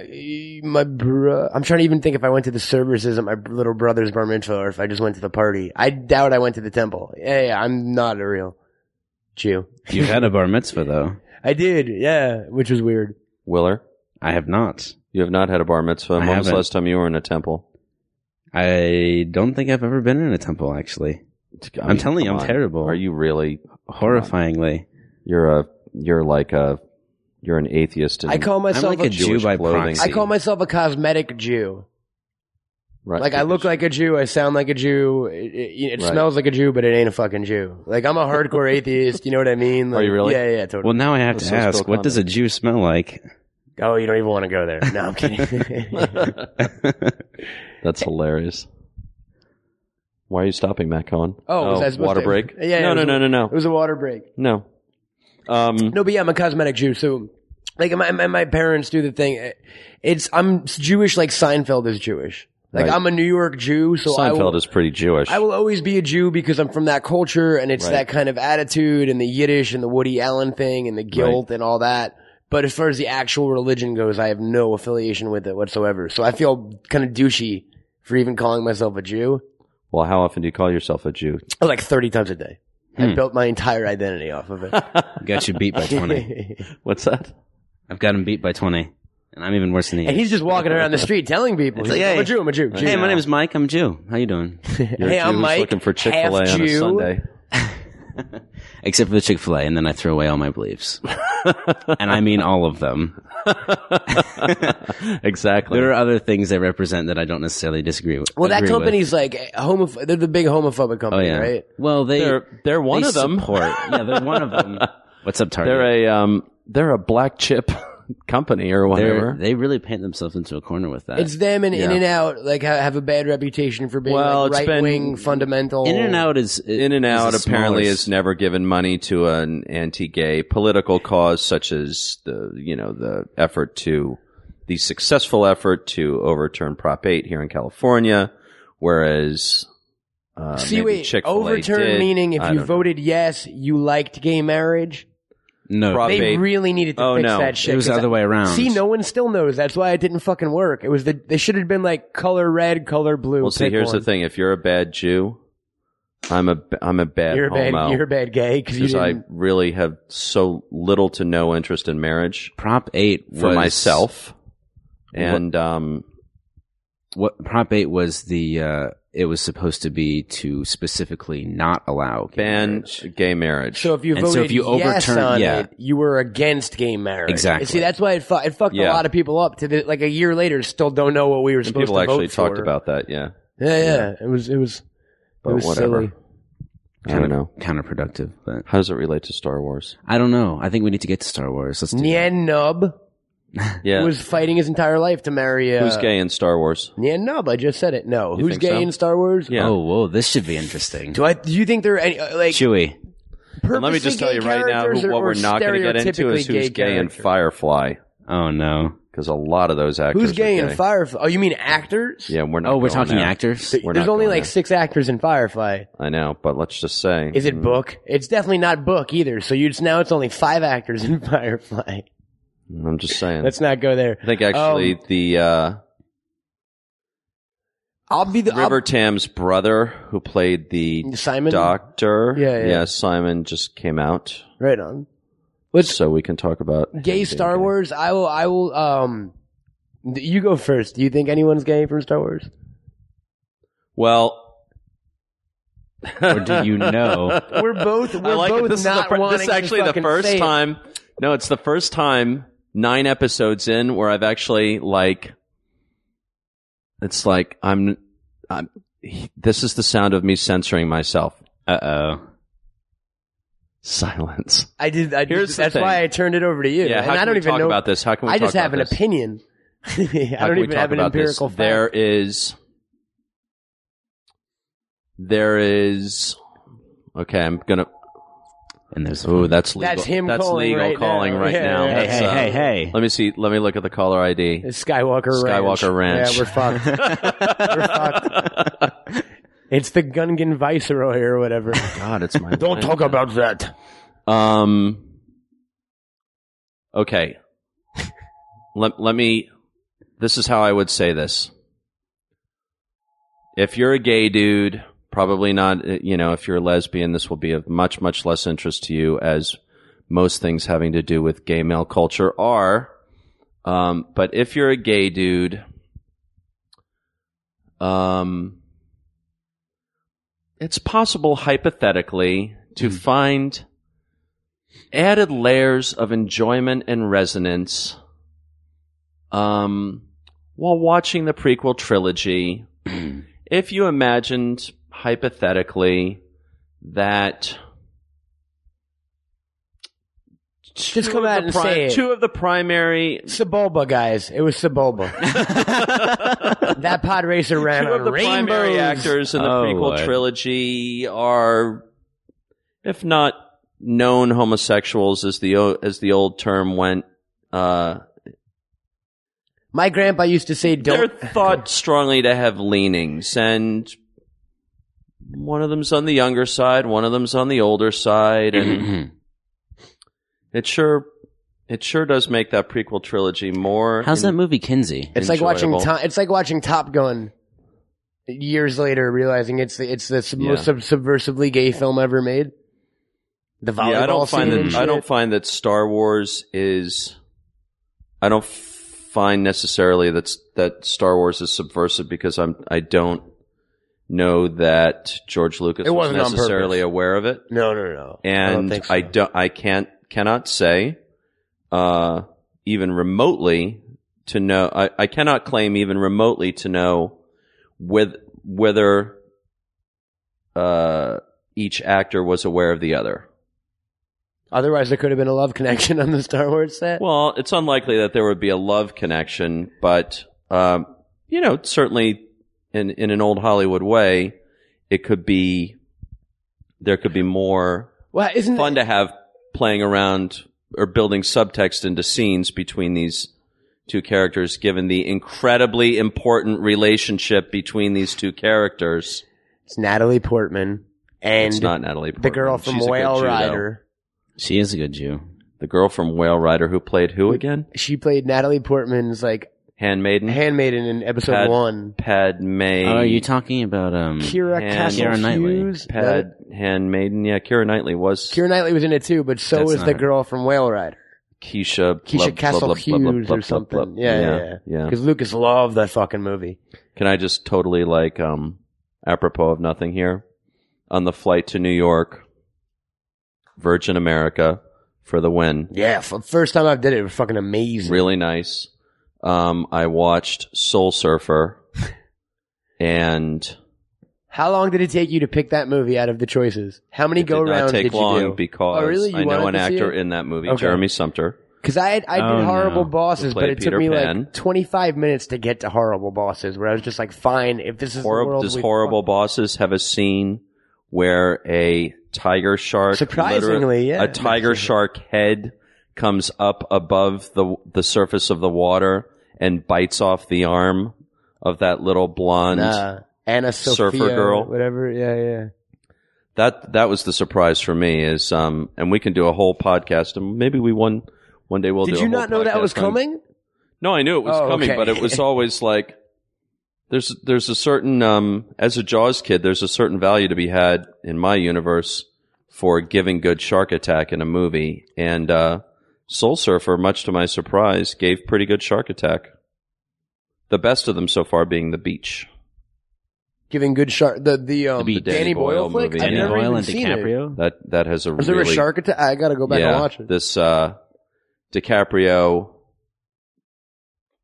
My bro, I'm trying to even think if I went to the services at my little brother's bar mitzvah or if I just went to the party. I doubt I went to the temple. Yeah, yeah, I'm not a real Jew. You had a bar mitzvah though. I did, yeah, which was weird. Willer, I have not. you have not had a bar mitzvah. I When was the haven't. last time you were in a temple? I don't think I've ever been in a temple actually. I I'm telling you, come I'm terrible. Are you really? Horrifyingly. You're a. You're like a. You're an atheist. In, I call I'm myself like a a Jew Jewish by clothing. proxy. I call myself a cosmetic Jew. right, Like I look like a Jew, I sound like a Jew. It, it, it Right. smells like a Jew, but it ain't a fucking Jew. Like I'm a hardcore atheist. You know what I mean? *laughs* Like, Are you really? Yeah, yeah, totally. Well, now I have Let's to just ask, build what does a content. Jew smell like? oh, you don't even want to go there. No, *laughs* I'm kidding. *laughs* *laughs* That's hilarious. Why are you stopping, Matt Cohen? Oh, was I supposed water to- break? Yeah, No, it no, was- no, no, it no, was a water break. no. Um, No, but yeah, I'm a cosmetic Jew. So, like, my my, my parents do the thing. It's I'm Jewish, like Seinfeld is Jewish. Like Right. I'm a New York Jew, so I Seinfeld will, is pretty Jewish. I will always be a Jew because I'm from that culture, and it's Right. that kind of attitude, and the Yiddish, and the Woody Allen thing, and the guilt, and all that. But as far as the actual religion goes, I have no affiliation with it whatsoever. So I feel kind of douchey for even calling myself a Jew. well, how often do you call yourself a Jew? Like 30 times a day. I Hmm. built my entire identity off *laughs* of Got you *laughs* beat by 20. it. What's that? I've got him beat by 20. And I'm even worse than he And is. he's just walking around the street telling people, It's like, "I'm hey. a Jew, I'm a Jew." Jew. Hey, my name is Mike. I'm Jew. How you *laughs* doing? You're Hey, a Jew I'm who's Mike, looking for Chick Fil A half on a Jew. Sunday. Except for the Chick fil A, and then I threw away all my *laughs* beliefs. and I mean all of them. exactly. There are other things they represent that I don't necessarily disagree with. Well, that agree with. company's like homoph- They're the big homophobic Oh, company, yeah. right? Well, they, they're they're one they of them. *laughs* support- yeah, they're one of them. What's up, Target? They're a um, they're a black chip *laughs* company or They're- whatever. they really paint themselves into a corner with that. It's them and In Yeah. and Out like ha- have a bad reputation for being Well, it's like, been- right wing fundamental. In and Out is it- In and is a Out smaller apparently s- has never given money to an anti-gay political cause, such as the you know the effort to the successful effort to overturn Prop Eight here in California, whereas uh, See, maybe wait, Chick-fil-A overturn did. meaning if I you don't voted yes, you liked gay marriage. no. Prop They Eight- really needed to Oh, fix no. that shit. it was the 'cause other way I- around. See, no one still knows. That's why it didn't fucking work. It was the they should have been like color red, color blue. Well, see, pick here's one. the thing: if you're a bad Jew, I'm a I'm a bad You're a bad, homo you're a bad gay because you because I didn't. really have so little to no interest in marriage Prop eight for was- myself, and um, What Prop eight was the? uh It was supposed to be to specifically not allow gay ban marriage. gay marriage. So if you And voted so if you yes overturn- on yeah. it, you were against gay marriage. Exactly. See, that's why it, fu- it fucked Yeah. a lot of people up. To the, like a year later, still don't know what we were and supposed people to vote actually talked for. about that, yeah. Yeah, yeah, It was it was But it was whatever. silly. I don't Kind of know. counterproductive, but How does it relate to Star *laughs* Wars? I don't know. I think we need to get to Star Wars. Let's do that. Nien Nub Yeah, was fighting his entire life to marry. Uh, who's gay in Star Wars? Nien Nub. I just said it. No, You who's think gay so? in Star Wars? Yeah. Oh, whoa, this should be interesting. Do I? Do you think there are any uh, like? Chewy. And let me just tell you right now who, what we're not going to get into is who's gay in and Firefly, Oh no. because a lot of those actors Who's gay are in Firefly? Oh, you mean actors? Yeah, we're not. Oh, we're going talking there. actors. Th- We're There's not only going like there. six actors in Firefly. I know, but let's just say, Mm, Is it book? It's definitely not book either. So you, it's now it's only five actors in *laughs* Firefly. I'm just saying. Let's not go there. I think actually Um, the uh, I'll be the I'll- River Tam's brother, who played the Simon. doctor, Yeah, yeah. Simon just came out, Right on. Let's so we can talk about him gay being Star gay. Wars. I will. I will. Um, th- you go first. Do you think anyone's gay from Star Wars? Well, or do you know? *laughs* We're both. We're I like that both this not is the fir- wanting this is to actually the fucking first say it. time. No, it's the first time nine episodes in where I've actually like. It's like I'm. I'm he- this is the sound of me censoring myself. Uh oh. Silence. I did. I did Here's the that's thing. why I turned it over to you. Yeah, and how can I don't we even talk know about this? How can we? I just talk have an about this? opinion. *laughs* I How don't can we even talk have an about this? empirical fact. There is. There is. Okay, I'm gonna. And there's Oh, that's legal. That's him That's calling legal right calling now. right Yeah, now. yeah. hey, That's, hey, uh, hey, hey. Let me see. Let me look at the caller *laughs* *laughs* ID. It's Skywalker Ranch. Skywalker Ranch. Yeah, we're fucked. we're *laughs* fucked. It's the Gungan Viceroy or whatever. God, it's my. Don't talk about that. Um. Okay. let Let me. This is how I would say this. If you're a gay dude, probably not. uh, You know, if you're a lesbian, this will be of much much less interest to you, as most things having to do with gay male culture are. Um, but if you're a gay dude, um, it's possible hypothetically to find added layers of enjoyment and resonance um, while watching the prequel trilogy. if you imagined hypothetically that two come of out the and say it. two of the primary Sebulba, guys. It *laughs* was Sebulba. that pod racer ran two on of the rainbows. primary actors in the Oh, prequel Lord. trilogy are, if not known homosexuals, as the o- as the old term went. Uh, My grandpa used to say, they're "Don't." *laughs* thought strongly to have leanings, and one of them's on the younger side, one of them's on the older side, *clears throat* *clears throat* and it sure it sure does make that prequel trilogy more. How's that movie, Kinsey? It's like watching. enjoyable. To, it's like watching Top Gun. Years later, realizing it's the it's the sub- Yeah. most sub- subversively gay film ever made. The volleyball yeah, I don't find scene that and I don't shit. find that Star Wars is I don't find necessarily that that Star Wars is subversive because I'm I don't know that George Lucas It was wasn't on purpose. necessarily aware of it No, no, no. I don't and I think don't so. I, can't cannot say uh, even remotely to know I, I cannot claim even remotely to know with whether uh, each actor was aware of the other. Otherwise, there could have been a love connection on the Star Wars set. Well, it's unlikely that there would be a love connection, but um, you know, certainly in in an old Hollywood way, it could be there could be more Well, isn't fun to have playing around or building subtext into scenes between these two characters given the incredibly important relationship between these two characters it's Natalie Portman and it's not natalie the Portman. girl from She's a good Whale Jew, though. Rider. She is a good Jew. the girl from whale rider who played who again She played Natalie Portman's like handmaiden handmaiden in episode Pad- one. padme Oh, are you talking about um? Kira Mm. And- Castle Keira Knightley. Hughes. pad handmaiden yeah kira knightley was Kira Knightley was in it too, but so That's was not the her. girl from Whale Rider. keisha Keisha Castle Hughes or something. Yeah, yeah, yeah Because Lucas loved that fucking movie. Can I just totally like um apropos of nothing here? On the flight to New York, Virgin America for the win. Yeah, f- first time I did it, it was fucking amazing. Really nice. Um I watched Soul Surfer and How long did it take you to pick that movie out of the choices? How many it go did not rounds take did you long do? because Oh, really? You I know wanted an to see actor it? in that movie, Okay. Jeremy Sumter. Because I I did Oh, horrible no. bosses, Who but played it Peter took me Pan? like 25 minutes to get to horrible bosses, where I was just like, fine, if this is the Horrible world, does we horrible bosses have a scene where a tiger shark literally- surprisingly, yeah, a tiger *laughs* shark head comes up above the the surface of the water and bites off the arm of that little blonde. Nah. Anna surfer Sophia, girl. whatever. Yeah, yeah. That that was the surprise for me is um and we can do a whole podcast and maybe we one one day we'll do did a you whole not know that podcast was on- coming? No, I knew it was Oh, coming, okay. but it *laughs* was always like there's there's a certain um as a Jaws kid, there's a certain value to be had in my universe for giving good shark attack in a movie. And uh Soul Surfer, much to my surprise, gave pretty good shark attack. The best of them so far being the beach. Giving good shark the the um The Danny Danny Boyle Boyle flick. movie, I've yeah. Danny never Boyle even and seen It. DiCaprio. That that has a Was really there a shark attack? I gotta go back yeah, and watch it. This uh, DiCaprio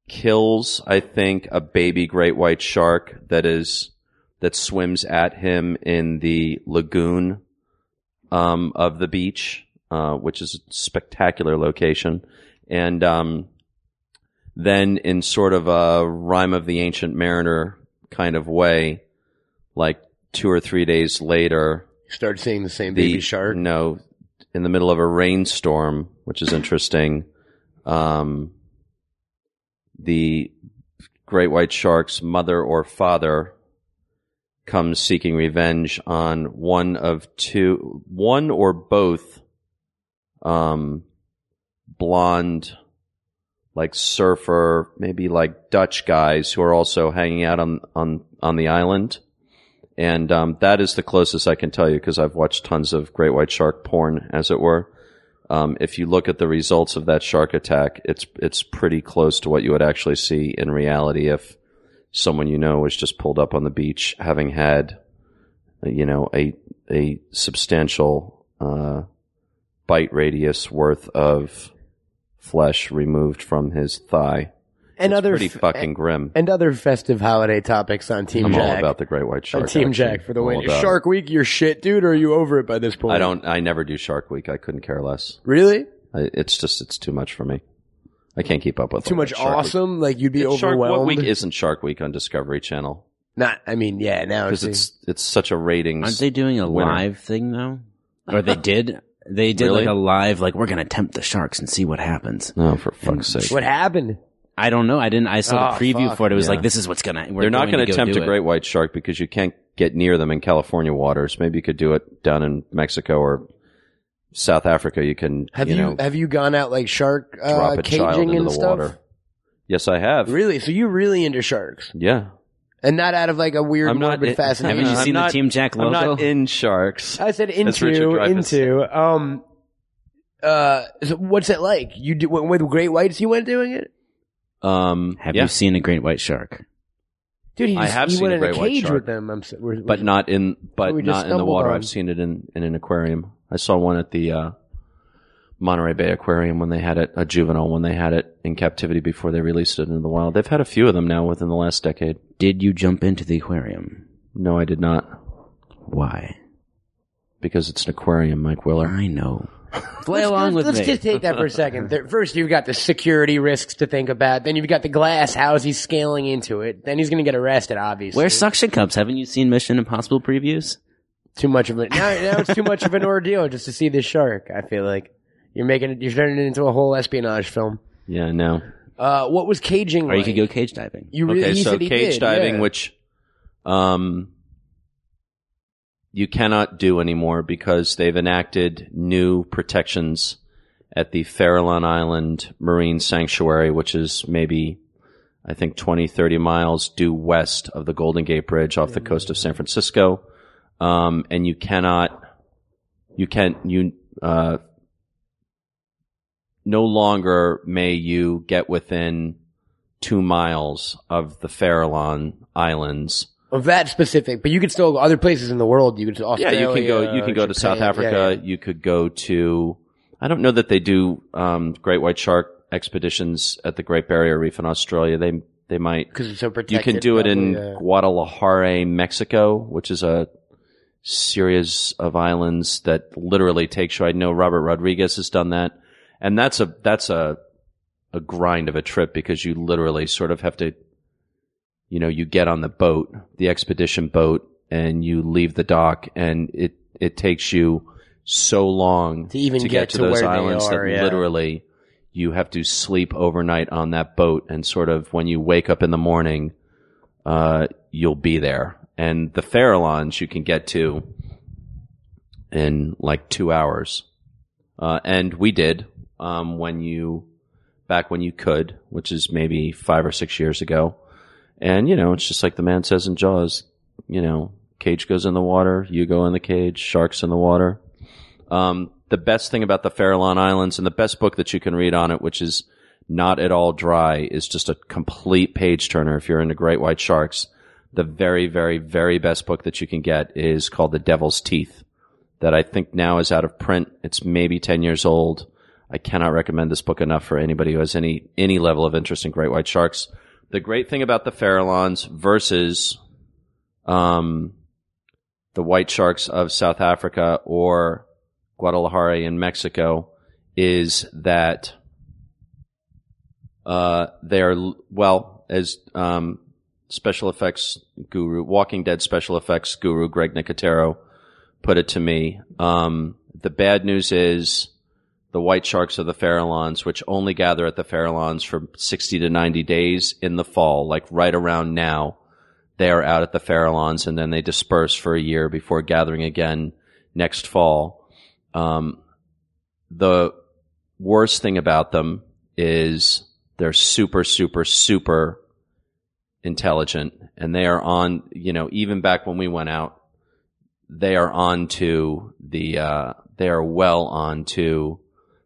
kills, I think, a baby great white shark that is that swims at him in the lagoon um, of the beach, uh, which is a spectacular location, and um, then in sort of a rhyme of the ancient mariner kind of way, like two or three days later You start seeing the same the baby shark. No, in the middle of a rainstorm, which is interesting. Um, the great white shark's mother or father comes seeking revenge on one of two, one or both, um, blonde, like surfer, maybe like Dutch guys who are also hanging out on, on, on the island. And, um, that is the closest I can tell you because I've watched tons of great white shark porn, as it were. Um, if you look at the results of that shark attack, it's, it's pretty close to what you would actually see in reality if someone you know was just pulled up on the beach having had, you know, a, a substantial, uh, bite radius worth of flesh removed from his thigh. and It's other pretty f- fucking grim. and other festive holiday topics on Team I'm Jack. all about the great white on shark. Team action. Jack for the I'm win. all about it. Shark Week, your shit, dude, or are you over it by this point? I don't. I never do Shark Week. I couldn't care less. really I, it's just it's too much for me. I can't keep up with too all much that Shark awesome. Like you'd be Week. Shark, what overwhelmed. week isn't Shark Week on Discovery Channel? Not, I mean, yeah, now Because it's it's it's such a ratings. Aren't they doing a Winner. live thing now? *laughs* Or they did? They did Really? like a live, like we're gonna tempt the sharks and see what happens. No, Oh, for fuck's sake. what happened. I don't know. I didn't. I saw Oh, the preview fuck. for it. It was Ah, Yeah. like this is what's gonna. We're They're not going to attempt do a it. great white shark because you can't get near them in California waters. Maybe you could do it down in Mexico or South Africa. You can Have you, you, know have you gone out like shark uh, drop a caging child into and the stuff? water. Yes, I have. Really? So you're really into sharks, Yeah, and not out of like a weird I'm not in- morbid Haven't fascination. you I'm seen not- the Team Jack I'm logo? not in sharks. I said That's Richard into Dreyfuss. into um uh so what's it like? You do, went with great whites you went doing it? Uh, Um, Have yeah, you seen a great white shark? Dude, he I just- have he seen went a in a great white cage shark. with them. I'm s- we're- but not in but We just not in the stumbled water. on. I've seen it in, in an aquarium. I saw one at the uh, Monterey Bay Aquarium when they had it a juvenile when they had it in captivity before they released it into the wild. They've had a few of them now within the last decade. Did you jump into the aquarium? No, I did not Why? because it's an aquarium, Mike Willer. I know. Play Let's- along let's, with let's me. just take that *laughs* for a second. There- First, you've got the security risks to think about. Then you've got the glass house. He's scaling into it. Then he's going to get arrested. Obviously, Wear suction cups. Haven't you seen Mission Impossible previews? too much of it. Now, now it's too much of an ordeal just to see this shark. I feel like you're making it. You're turning it into a whole espionage film. Yeah, no. Uh, what was caging? Or you like? could go cage diving. You really okay, he so said he cage did, diving, yeah. which um, you cannot do anymore because they've enacted new protections at the Farallon Island Marine Sanctuary, which is maybe, I think, 20, 30 miles due west of the Golden Gate Bridge off the coast of San Francisco. Um, and you cannot, you can't, you, uh, no longer may you get within two miles of the Farallon Islands. of that specific, but you could still go other places in the world. You could to Australia. yeah, you can go. You can go to South Japan. Yeah, Africa. You could go to. I don't know that they do um, great white shark expeditions at the Great Barrier Reef in Australia. They they might. because it's so You protected. can do it in probably, uh, yeah. Guadalajara, Mexico, which is a series of islands that literally takes you. I know Robert Rodriguez has done that, and that's a that's a a grind of a trip because you literally sort of have to, you know, you get on the boat, the expedition boat, and you leave the dock, and it it takes you so long To even get to, to those where they islands are, that yeah. literally you have to sleep overnight on that boat, and sort of when you wake up in the morning, uh, you'll be there. And the Farallons you can get to in like two hours. Uh, and we did um, when you back when you could, which is maybe five or six years ago. And you know, it's just like the man says in Jaws. You know, cage goes in the water, you go in the cage, sharks in the water. Um, the best thing about the Farallon Islands and the best book that you can read on it, which is not at all dry, is just a complete page turner if you're into great white sharks. The very, very, very best book that you can get is called The Devil's Teeth, that I think now is out of print. It's maybe 10 years old. I cannot recommend this book enough for anybody who has any, any level of interest in great white sharks. The great thing about the Farallons versus, um, the white sharks of South Africa or Guadalajara in Mexico is that uh, they are well as um, special effects guru, Walking Dead special effects guru Greg Nicotero put it to me. Um, The bad news is the white sharks of the Farallons, which only gather at the Farallons for 60 to 90 days in the fall, like right around now, they are out at the Farallons and then they disperse for a year before gathering again next fall. Um, the worst thing about them is they're super, super, super intelligent and they are on, you know, even back when we went out, they are on to the, uh, they are well on to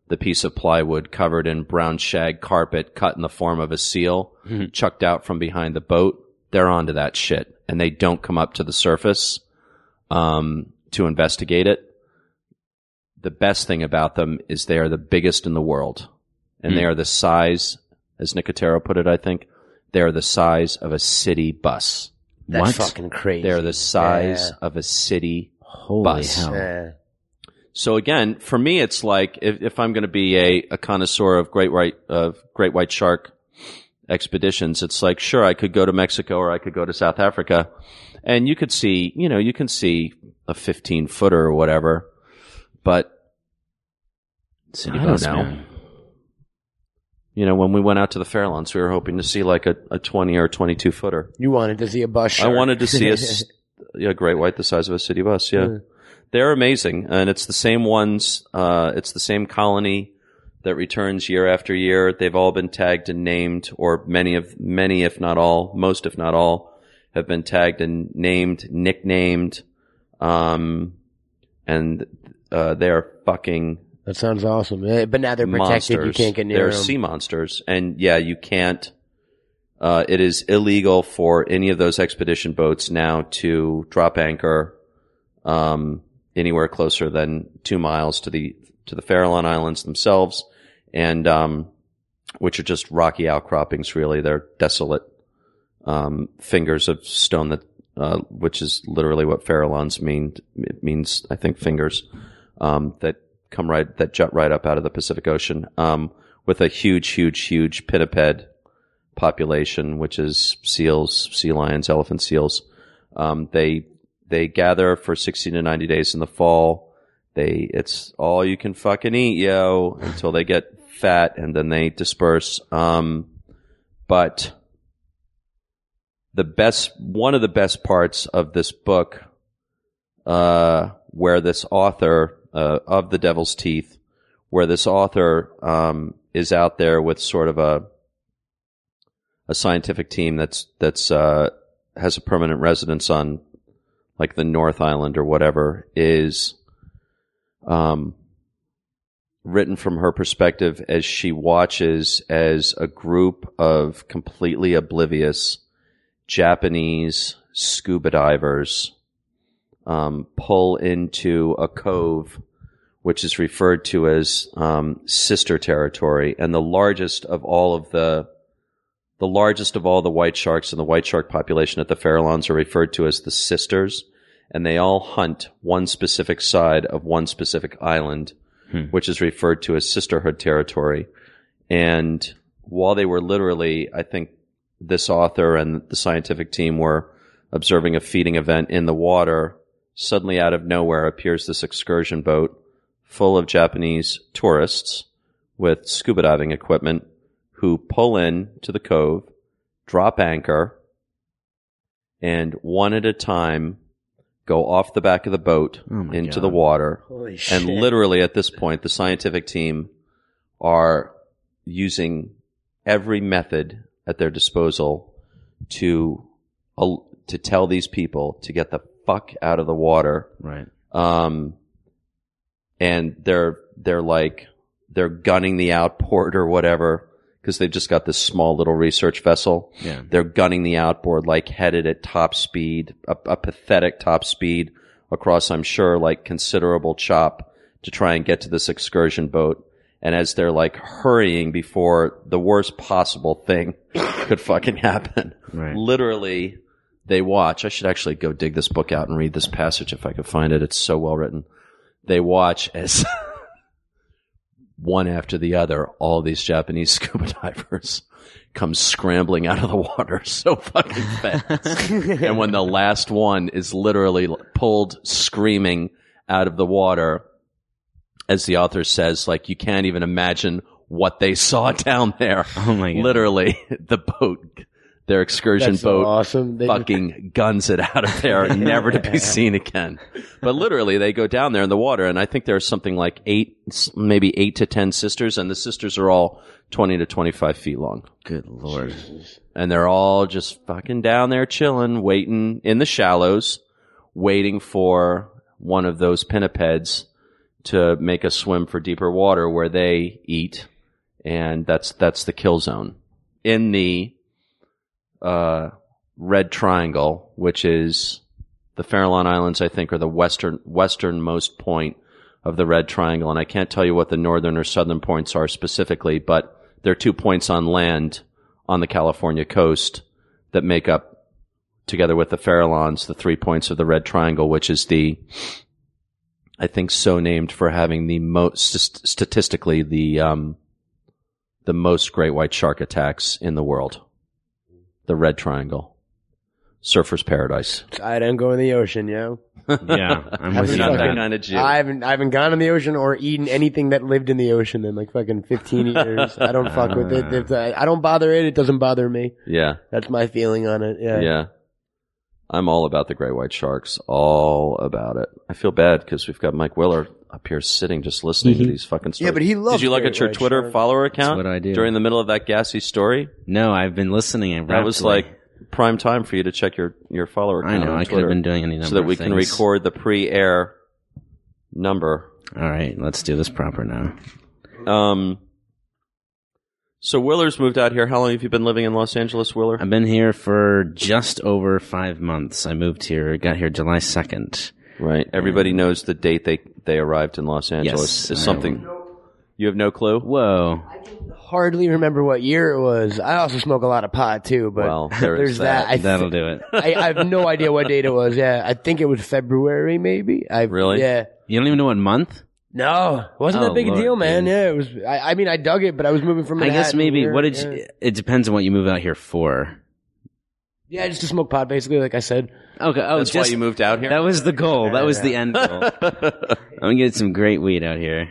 the piece of plywood covered in brown shag carpet cut in the form of a seal Mhm. chucked out from behind the boat. They're onto that shit and they don't come up to the surface, um, to investigate it. The best thing about them is they are the biggest in the world and they are the size, as Nicotero put it, I think, they are the size of a city bus. That's what? fucking crazy. They are the size Yeah. of a city Holy bus. hell! Yeah. So again, for me, it's like if, if I'm going to be a, a connoisseur of great white of great white shark expeditions, it's like sure I could go to Mexico or I could go to South Africa, and you could see you know you can see a 15 footer or whatever, but City I don't bus, know. man. you know when we went out to the Fairlands, we were hoping to see like a, a 20 or 22 footer. You wanted to see a bus I shark. wanted to *laughs* see a, s- a great white the size of a city bus. Yeah. Yeah. They're amazing. And it's the same ones. Uh, it's the same colony that returns year after year. They've all been tagged and named, or many of, many, if not all, most, if not all, have been tagged and named, nicknamed. Um, and, uh, they are fucking that sounds awesome. Yeah, but now they're protected. monsters. You can't get near They're them. sea monsters, and yeah, you can't. Uh, it is illegal for any of those expedition boats now to drop anchor um, anywhere closer than two miles to the to the Farallon Islands themselves, and um, which are just rocky outcroppings. Really, they're desolate um, fingers of stone that. Uh, which is literally what Farallons mean. It means, I think, fingers um, that come right that jut right up out of the Pacific Ocean, um, with a huge, huge, huge pinniped population, which is seals, sea lions, elephant seals. Um, they they gather for sixty to ninety days in the fall. They it's all you can fucking eat, yo, until they get fat and then they disperse. Um, but the best one of the best parts of this book uh, where this author uh, of the Devil's Teeth, where this author um, is out there with sort of a a scientific team that's that's uh, has a permanent residence on like the North Island or whatever is um, written from her perspective as she watches as a group of completely oblivious Japanese scuba divers um, pull into a cove, which is referred to as um, sister territory, and the largest of all of the the largest of all the white sharks in the white shark population at the Farallons are referred to as the sisters, and they all hunt one specific side of one specific island, Hmm. which is referred to as sisterhood territory. And while they were literally, I think this author and the scientific team were observing a feeding event in the water, suddenly out of nowhere appears this excursion boat full of Japanese tourists with scuba diving equipment who pull in to the cove, drop anchor, and one at a time go off the back of the boat Oh my into God. the water. Holy shit. And literally at this point, the scientific team are using every method at their disposal to al- to tell these people to get the fuck out of the water. Right. Um, and they're they're like they're gunning the outport or whatever because they've just got this small little research vessel. Yeah. They're gunning the outboard like headed at top speed, a, a pathetic top speed across, I'm sure, like considerable chop to try and get to this excursion boat. And as they're like hurrying before the worst possible thing *laughs* could fucking happen, Right. literally they watch. I should actually go dig this book out and read this passage if I could find it. It's so well written. They watch as *laughs* one after the other, all these Japanese *laughs* scuba divers come scrambling out of the water *laughs* so fucking *laughs* fast. *laughs* and when the last one is literally pulled screaming out of the water, as the author says, like you can't even imagine what they saw *laughs* down there. Oh my god! Literally, *laughs* the boat, their excursion That's so boat, awesome. They fucking guns it out of there, never to be seen again. But literally, they go down there in the water, and I think there's something like eight, s- maybe eight to ten sisters, and the sisters are all twenty to twenty-five feet long, *laughs* Good lord! and they're all just fucking down there chilling, waiting in the shallows, waiting for one of those pinnipeds to make a swim for deeper water where they eat, and that's that's the kill zone in the uh, red triangle, which is the Farallon Islands, I think, are the western westernmost point of the red triangle, and I can't tell you what the northern or southern points are specifically, but there are two points on land on the California coast that make up, together with the Farallons, the three points of the red triangle, which is the I think so named for having the most st- statistically the um, the most great white shark attacks in the world. The Red Triangle, Surfer's Paradise. I don't go in the ocean, yo. Yeah, I'm Haven't with you on fucking- that. kind of Jew. I haven't I haven't gone in the ocean or eaten anything that lived in the ocean in like fucking *laughs* fifteen years. I don't fuck with it. It's, uh, I don't bother it. It doesn't bother me. yeah, That's my feeling on it. Yeah. yeah. I'm all about the great white sharks. All about it. I feel bad because we've got Mike Willer up here sitting, just listening to these fucking stories. Yeah, but he loves Did you look great at your white Twitter shark. follower account Mm-hmm. what I do. during the middle of that gassy story? No, I've been listening. And That was raptly. like prime time for you to check your your follower I count. know on I could have Twitter been doing any number so that of we can things. record the pre-air number. All right, let's do this proper now. Um, so Willer's moved out here. How long have you been living in Los Angeles, Willer? I've been here for just over five months. I moved here, got here July second. Right. Everybody knows the date they they arrived in Los Angeles. Yes, is I something you have no clue. Whoa! Hardly remember what year it was. I also smoke a lot of pot too, but Well, there there's is that. I, th- That'll do it. *laughs* I I have no idea what date it was. Yeah, I think it was February, maybe. I Really? Yeah. You don't even know what month? No, it wasn't Oh, that big a Lord, deal, man. dude. Yeah, it was. I, I mean, I dug it, but I was moving from. I guess Manhattan maybe. here, What did? yeah. You, it depends on what you move out here for. Yeah, just to smoke pot, basically, like I said. Okay. Oh, That's just, why you moved out here. That was the goal. That was the end goal. I'm gonna get some great weed out here.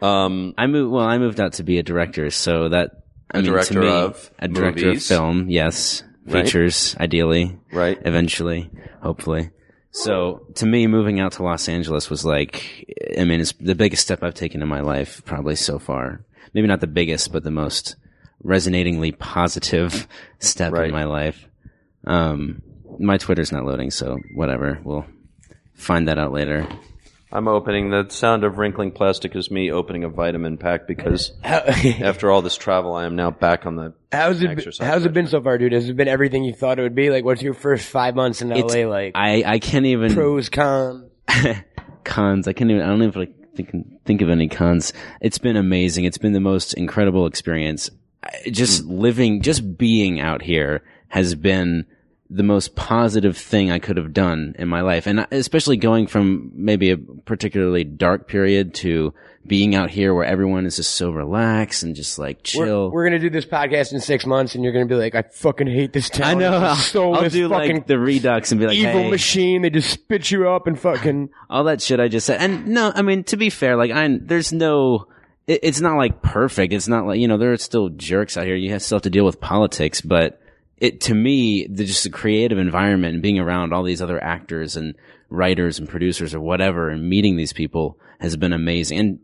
um, I moved. Well, I moved out to be a director, so that I A mean, to director me, of a director movies? of film. Yes, Right. features ideally, right. eventually, hopefully. So to me, moving out to Los Angeles was like, I mean, it's the biggest step I've taken in my life probably so far. Maybe not the biggest, but the most resonatingly positive *laughs* step Right. in my life. Um, my Twitter's not loading, so whatever. We'll find that out later. I'm opening the sound of wrinkling plastic is me opening a vitamin pack *laughs* because How, after all this travel, I am now back on the how's it? been- Exercise How's it been so far, dude? Has it been everything you thought it would be? Like, what's your first five months in It's- LA like? I I can't even pros, cons. cons. I can't even. I don't even like, think think of any cons. It's been amazing. It's been the most incredible experience. I- Just Hmm. living, just being out here has been the most positive thing I could have done in my life, and I- especially going from maybe a particularly dark period to being out here where everyone is just so relaxed and just like We're- chill. We're, gonna do this podcast in six months, and you're gonna be like, I fucking hate this town. I know. This is I'll, so *laughs* I'll this do fucking like the redux and be like, evil hey, machine. They just spit you up and *laughs* fucking. all that shit I just said. And no, I mean to be fair, like I there's no. It, it's not like perfect. It's not like you know there are still jerks out here. You have, still have to deal with politics, but it to me the just the creative environment and being around all these other actors and writers and producers or whatever and meeting these people has been amazing. And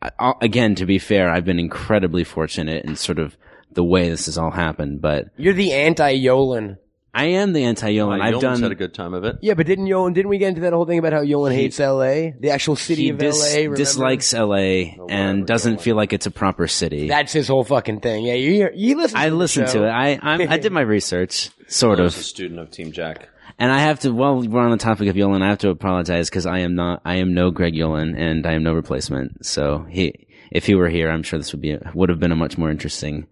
I- I'll- again, to be fair, I've been incredibly fortunate in sort of the way this has all happened. But You're the anti Yolan. I am the anti Yolan. I I've done had a good time of it. Yeah, but didn't Yolan? Didn't we get into that whole thing about how Yolan hates LA, the actual city he of dis- LA? remember? dislikes LA and doesn't feel like it's a proper city. That's his whole fucking thing. Yeah, you hear- you listen. I *laughs* to the listened show. to it. I I'm, I did my research, sort I *laughs* was a of. student of Team Jack. And I have to. While we're on the topic of Yolan, I have to apologize because I am not. I am no Greg Yolan, and I am no replacement. So he, if he were here, I'm sure this would be would have been a much more interesting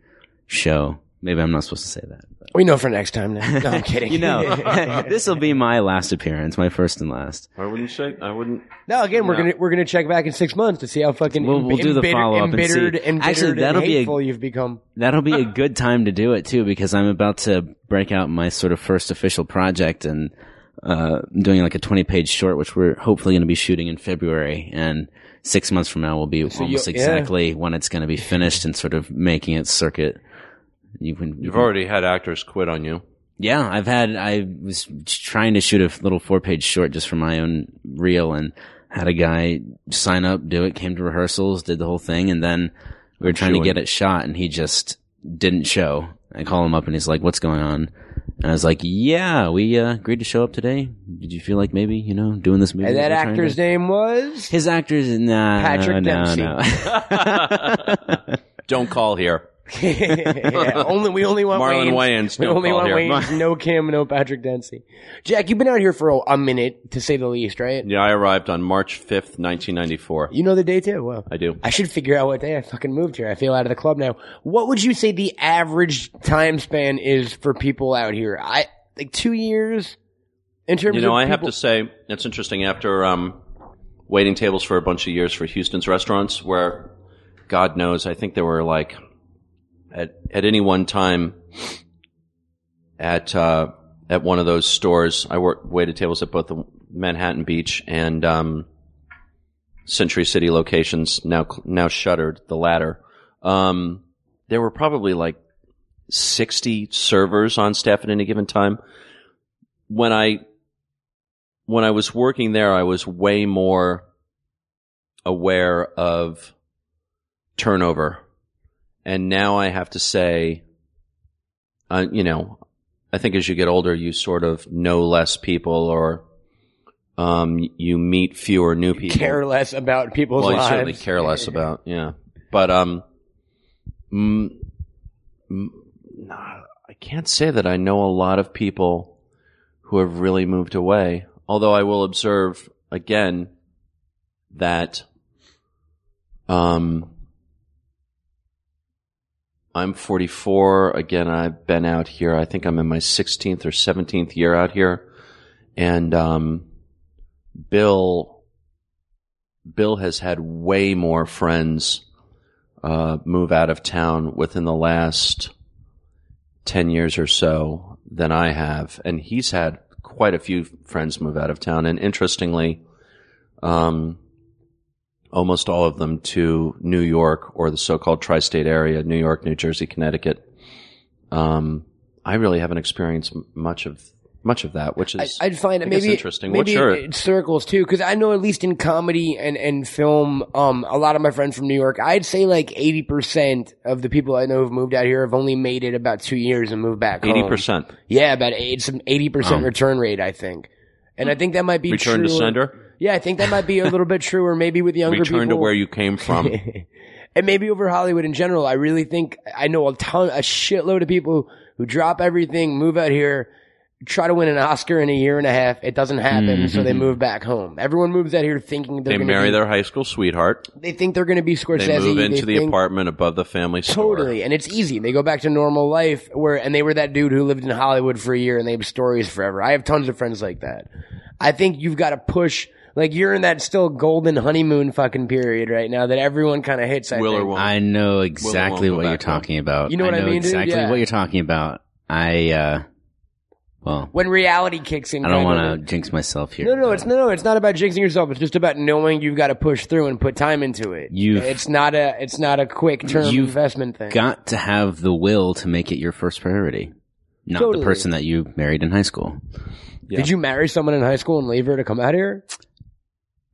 show. Maybe I'm not supposed to say that. but- We know for next time. Now. *laughs* No, I'm kidding. You know, *laughs* this will be my last appearance, my first and last. I wouldn't shake. I wouldn't. no, again, we're No. gonna we're gonna check back in six months to see how fucking We'll- we'll do the embittered- follow-up and see. embittered, embittered, Actually, that'll and be a- hateful you've *laughs* become. That'll be a good time to do it too, because I'm about to break out my sort of first official project, and uh, doing like a 20 page short, which we're hopefully going to be shooting in February. And six months from now will be So almost you'll- yeah. exactly when it's going to be finished and sort of making its circuit. You can, You've already had actors quit on you. yeah, I've had, I was trying to shoot a little four page short just for my own reel and had a guy sign up, do it, came to rehearsals, did the whole thing. And then we were trying to Chewing. get it shot and he just didn't show. I call him up and he's like, what's going on? And I was like, yeah, we uh, agreed to show up today. Did you feel like maybe, you know, doing this movie? And that we're trying actor's to-" name was *laughs* His actor's, nah. Patrick no, Dempsey. No. Don't call here. Yeah, only we only want Marlon Wayans. Wayans. We *laughs* Don't only call want here. Wayans, no Kim, no Patrick Dempsey. Jack, you've been out here for a, a minute, to say the least, right? *laughs* Yeah, I arrived on March 5th, 1994. You know the day too. Well, I do. I should figure out what day I fucking moved here. I feel out of the club now. What would you say the average time span is for people out here? I like two years in terms. You know, I of have people- to say, it's interesting after um, waiting tables for a bunch of years for Houston's restaurants, where God knows, I think there were like at at any one time at uh, at one of those stores. I worked waited tables at both the Manhattan Beach and um, Century City locations. Now now shuttered, the latter. Um, there were probably like sixty servers on staff at any given time. When I when I was working there, I was way more aware of turnover. And now I have to say, uh, you know, I think as you get older, you sort of know less people or um, you meet fewer new people. care less about people's well, lives. you certainly care less about, yeah. But um, mm, mm, nah, I can't say that I know a lot of people who have really moved away. Although I will observe again that um, I'm 44. Again, I've been out here. I think I'm in my 16th or 17th year out here, and um, Bill Bill has had way more friends uh, move out of town within the last 10 years or so than I have. And he's had quite a few friends move out of town. And interestingly, um, almost all of them to New York or the so called tri state area New York, New Jersey, Connecticut. Um, I really haven't experienced m- much of much of that, which I, is I'd find it I guess maybe interesting. Maybe What's your- it, it circles too, because I know at least in comedy and and film, um, a lot of my friends from New York, I'd say like eighty percent of the people I know who've moved out here have only made it about two years and moved back. home. eighty percent Oh. Yeah, about eight, some eighty percent return rate, I think. And I think that might be return to true- sender, Yeah, I think that might be a little bit truer, maybe with younger people. return to where you *laughs* came from. and maybe over Hollywood in general. I really think I know a ton, a shitload of people who drop everything, move out here, try to win an Oscar in a year and a half. It doesn't happen, so they move back home. Everyone moves out here thinking they're Mm-hmm. they gonna marry be, their high school sweetheart. they think they're going to be Scorsese. They move into the think- apartment above the family store. Totally, and it's easy. They go back to normal life where, and they were that dude who lived in Hollywood for a year and they have stories forever. I have tons of friends like that. I think you've got to push, like you're in that still golden honeymoon fucking period right now that everyone kind of hits. I Will think. or won't. *laughs* I know exactly go what you're back home. talking about. You know what I know mean, dude? Exactly Yeah. what you're talking about. I, uh, well, when reality kicks in. I don't kind of. want to jinx myself here. No, no, but it's no, no. It's not about jinxing yourself. It's just about knowing you've got to push through and put time into it. You've- it's not a, it's not a quick term You've investment thing. got to have the will to make it your first priority, not Totally. the person that you married in high school. Did you marry someone in high school and leave her to come out here?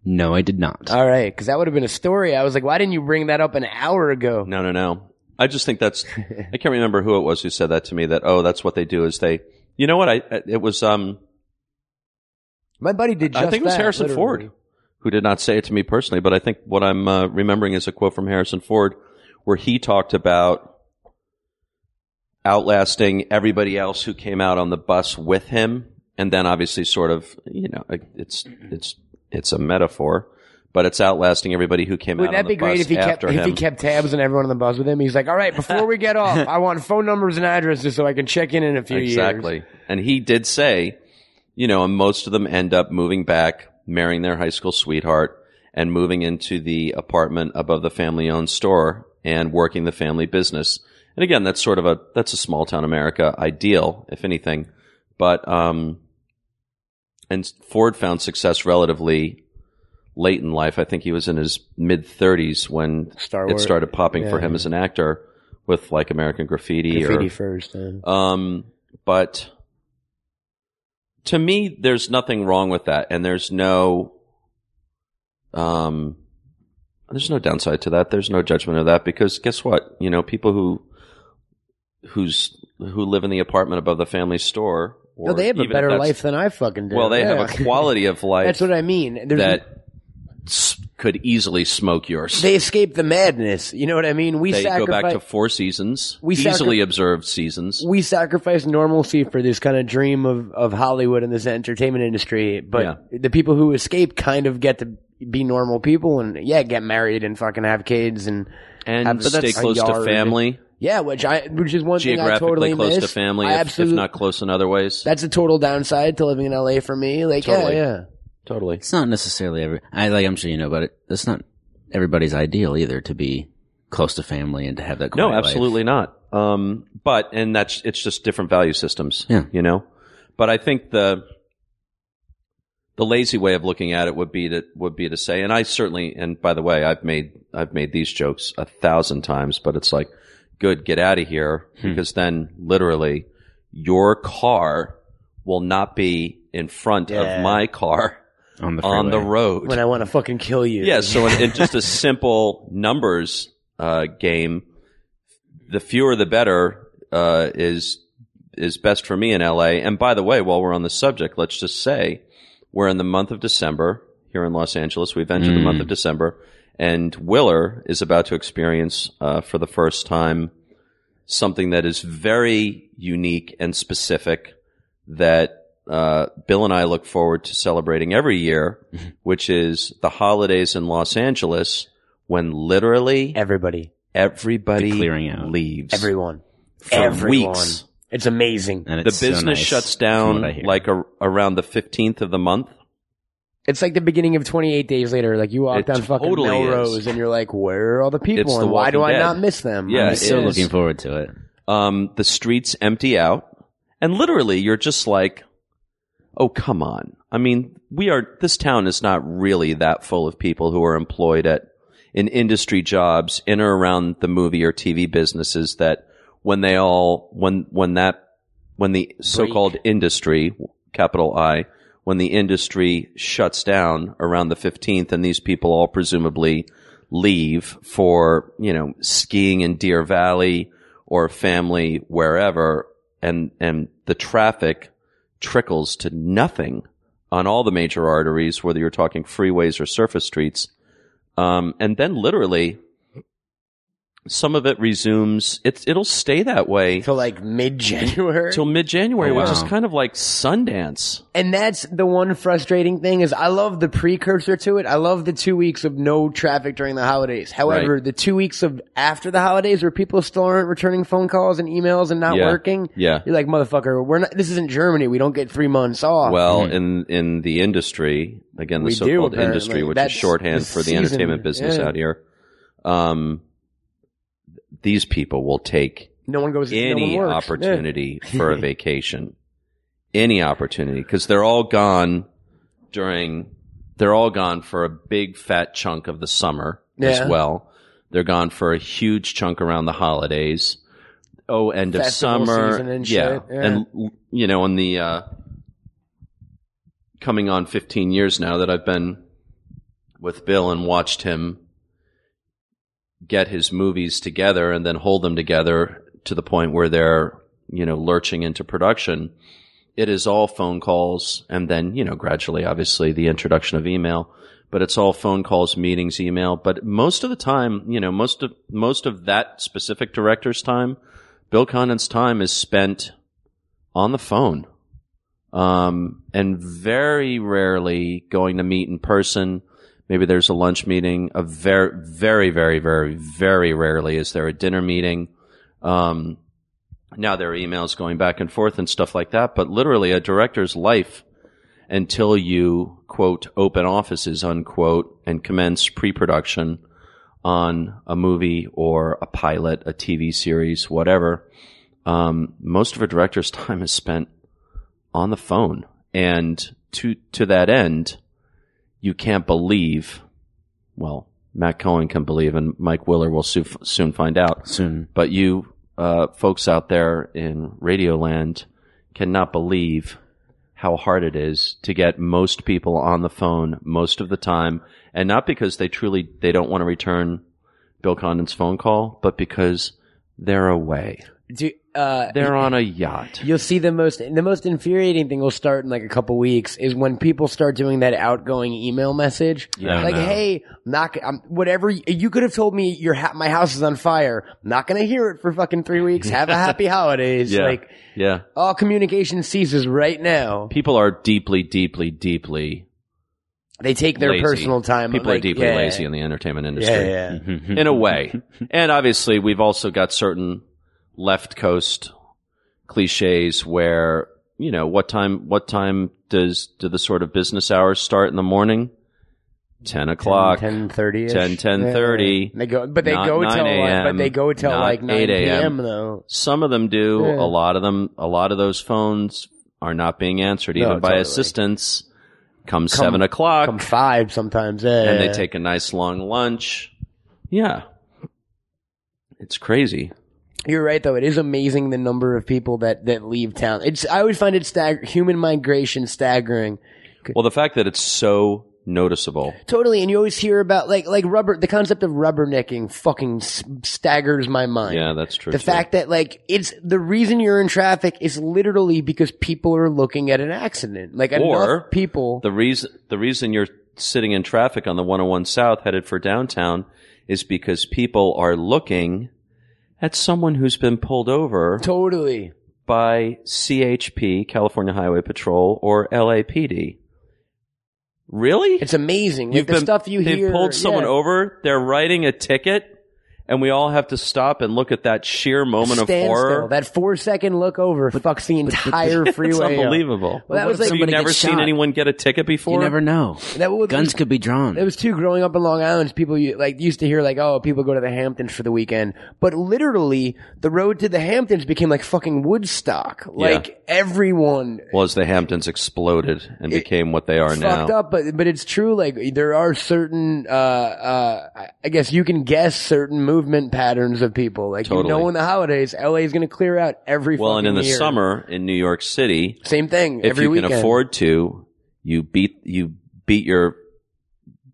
No, I did not. Uh, All right, because that would have been a story. I was like, why didn't you bring that up an hour ago? No, no, no. I just think *laughs* that's. I can't remember who it was who said that to me. That oh, that's what they do is they. You know what? I it was um. My buddy did. Just I think it was that, Harrison literally. Ford who did not say it to me personally, but I think what I'm uh, remembering is a quote from Harrison Ford where he talked about outlasting everybody else who came out on the bus with him, and then obviously sort of you know like, it's it's it's a metaphor. But it's outlasting everybody who came Wouldn't out that on be the great bus if he kept after if he him. kept tabs on everyone on the bus with him? He's like, all right, before we get off, I want phone numbers and addresses so I can check in in a few years. exactly. And he did say, you know, and most of them end up moving back, marrying their high school sweetheart, and moving into the apartment above the family owned store and working the family business. And again, that's sort of a that's a small town America ideal, if anything. But um and Ford found success relatively late in life. I think he was in his mid 30s when Star it Wars. started popping for Yeah. him as an actor with like American Graffiti, graffiti or first. Then. um, but to me, there's nothing wrong with that, and there's no, um, there's no downside to that. There's no judgment of that because guess what? You know, people who who's who live in the apartment above the family store, or No, they have a even if better that's- life than I fucking do. Well, they have Yeah. a quality of life *laughs* That's what I mean. There's, that s- could easily smoke yours. they escape the madness. You know what I mean? We They go back sacrifice. to four seasons, We sacri- easily observed seasons. we sacrifice normalcy for this kind of dream of, of Hollywood and this entertainment industry, but Yeah. the people who escape kind of get to be normal people and yeah, get married and fucking have kids and have and a stay s- a close to yard. family. yeah, which I which is one thing I geographically totally close miss. to family, I if, absolutely if not close in other ways. that's a total downside to living in LA for me. Like Totally. yeah, yeah. totally. It's not necessarily every. I like. I'm sure you know about it. It's not everybody's ideal either to be close to family and to have that. No, quiet life. absolutely not. Um, but and that's it's just different value systems. Yeah. you know. But I think the the lazy way of looking at it would be to would be to say, and I certainly, and by the way, I've made I've made these jokes a thousand times, but it's like, good, get out of here, Hmm. because then literally your car will not be in front Yeah. of my car on the on the freeway. road When I want to fucking kill you. Yeah, so in, in just a simple numbers uh, game, the fewer the better uh, is is best for me in LA. And by the way, while we're on the subject, let's just say we're in the month of December here in Los Angeles. We've entered the Mm. month of December, and Willer is about to experience uh, for the first time something that is very unique and specific that uh, Bill and I look forward to celebrating every year, Mm-hmm. which is the holidays in Los Angeles when literally everybody, everybody The clearing out. leaves everyone, for everyone. weeks. It's amazing. And The it's so business nice, shuts from down what I hear. like a, around the 15th of the month. It's like the beginning of 28 Days Later. Like you walk It down fucking totally Melrose is. and you're like, where are all the people It's The and why do Walking I Dead. not miss them? Yeah, I'm it so is. looking forward to it. Um, the streets empty out, and literally you're just like, oh, come on. I mean, we are, this town is not really that full of people who are employed at, in industry jobs in or around the movie or TV businesses that when they all, when, when that, when the so called industry, capital I, when the industry shuts down around the 15th and these people all presumably leave for, you know, skiing in Deer Valley or family wherever and, and the traffic trickles to nothing on all the major arteries, whether you're talking freeways or surface streets. Um, and then literally some of it resumes. It's, it'll stay that way Till like mid January. till mid January, Oh, which wow. is kind of like Sundance. and that's the one frustrating thing is I love the precursor to it. I love the two weeks of no traffic during the holidays. However, the two weeks of after the holidays where people still aren't returning phone calls and emails and not Yeah. working, Yeah. you're like, motherfucker, we're not, this isn't Germany. We don't get three months off. Well, in in the industry, again, the We do, so-called apparently. industry, which That's is shorthand the for the season, entertainment business yeah. out here, um, these people will take no one goes, any no one works. opportunity *laughs* for a vacation, any opportunity, because they're all gone during. They're all gone for a big fat chunk of the summer Yeah. as well. They're gone for a huge chunk around the holidays. Oh, end of Festival summer, season and yeah. shit, yeah. and you know, on the uh, coming on 15 years now that I've been with Bill and watched him get his movies together and then hold them together to the point where they're, you know, lurching into production. It is all phone calls and then, you know, gradually, obviously, the introduction of email, but it's all phone calls, meetings, email. But most of the time, you know, most of, most of that specific director's time, Bill Condon's time is spent on the phone. Um, and very rarely going to meet in person. Maybe there's a lunch meeting. A very, very, very, very, very rarely is there a dinner meeting. Um, now there are emails going back and forth and stuff like that, but literally a director's life until you quote open offices unquote and commence pre-production on a movie or a pilot, a TV series, whatever. *laughs* Um, most of a director's time is spent on the phone. And to to that end, you can't believe. Well, Matt Cohen can believe, and Mike Willer will soo- soon find out. soon. But you uh, folks out there in Radioland cannot believe how hard it is to get most people on the phone most of the time, and not because they truly they don't want to return Bill Condon's phone call, but because they're away. Do, uh, They're on a yacht. You'll see the most the most infuriating thing will start in like a couple weeks is when people start doing that outgoing email message. Yeah. like, Oh, no. hey, not i whatever you could have told me your ha- my house is on fire. Not gonna hear it for fucking three weeks. Have *laughs* a happy holidays. Yeah. Like Yeah. all communication ceases right now. people are deeply, deeply, deeply They take their lazy. personal time. people are like, deeply yeah, lazy in the entertainment industry Yeah, yeah. Mm-hmm. in a way. and obviously, we've also got certain left coast cliches where you know what time what time does do the sort of business hours start in the morning? Ten o'clock. 10, 30 10, 10:30. They go, but they Not go 9 till like, a.m., but they go till not like nine 8 p.m. a.m. though. Some of them do. Yeah. A lot of them. A lot of those phones are not being answered No, even by totally. assistants. Come, seven o'clock, Come five sometimes. Yeah, and *laughs* they yeah. take a nice long lunch. Yeah, it's crazy. You're right, though. It is amazing the number of people that that leave town. It's I always find it stag- human migration staggering. Well, the fact that it's so noticeable. Totally, and you always hear about like like rubber. The concept of rubbernecking fucking s- staggers my mind. Yeah, that's true. The too. fact that like it's the reason you're in traffic is literally because people are looking at an accident. Like Or enough people. the reason the reason you're sitting in traffic on the 101 South headed for downtown is because people are looking at someone who's been pulled over totally. by CHP, California Highway Patrol, or LAPD. Really? It's amazing. Like, the stuff you they've hear. pulled someone yeah. over. They're writing a ticket, and we all have to stop and look at that sheer moment of Standstill. horror. That four second look over fucks *laughs* the entire freeway. it's up. unbelievable. Well, that was like Have you somebody never gets seen shot? anyone get a ticket You before? never know. that was Guns could be drawn. It was too growing up in Long Island. People u- like used to hear like, oh, people go to the Hamptons for the weekend, but literally the road to the Hamptons became like fucking Woodstock. Like everyone Was the Hamptons exploded and became what they are now? fucked up, but but it's true. Like there are certain, uh, uh, I- I guess you can guess certain movement patterns of people. Like Totally. you know, in the holidays, LA is going to clear out every. Well, and in the fucking year. summer in New York City, same thing. if every you weekend. can afford to, you beat you beat your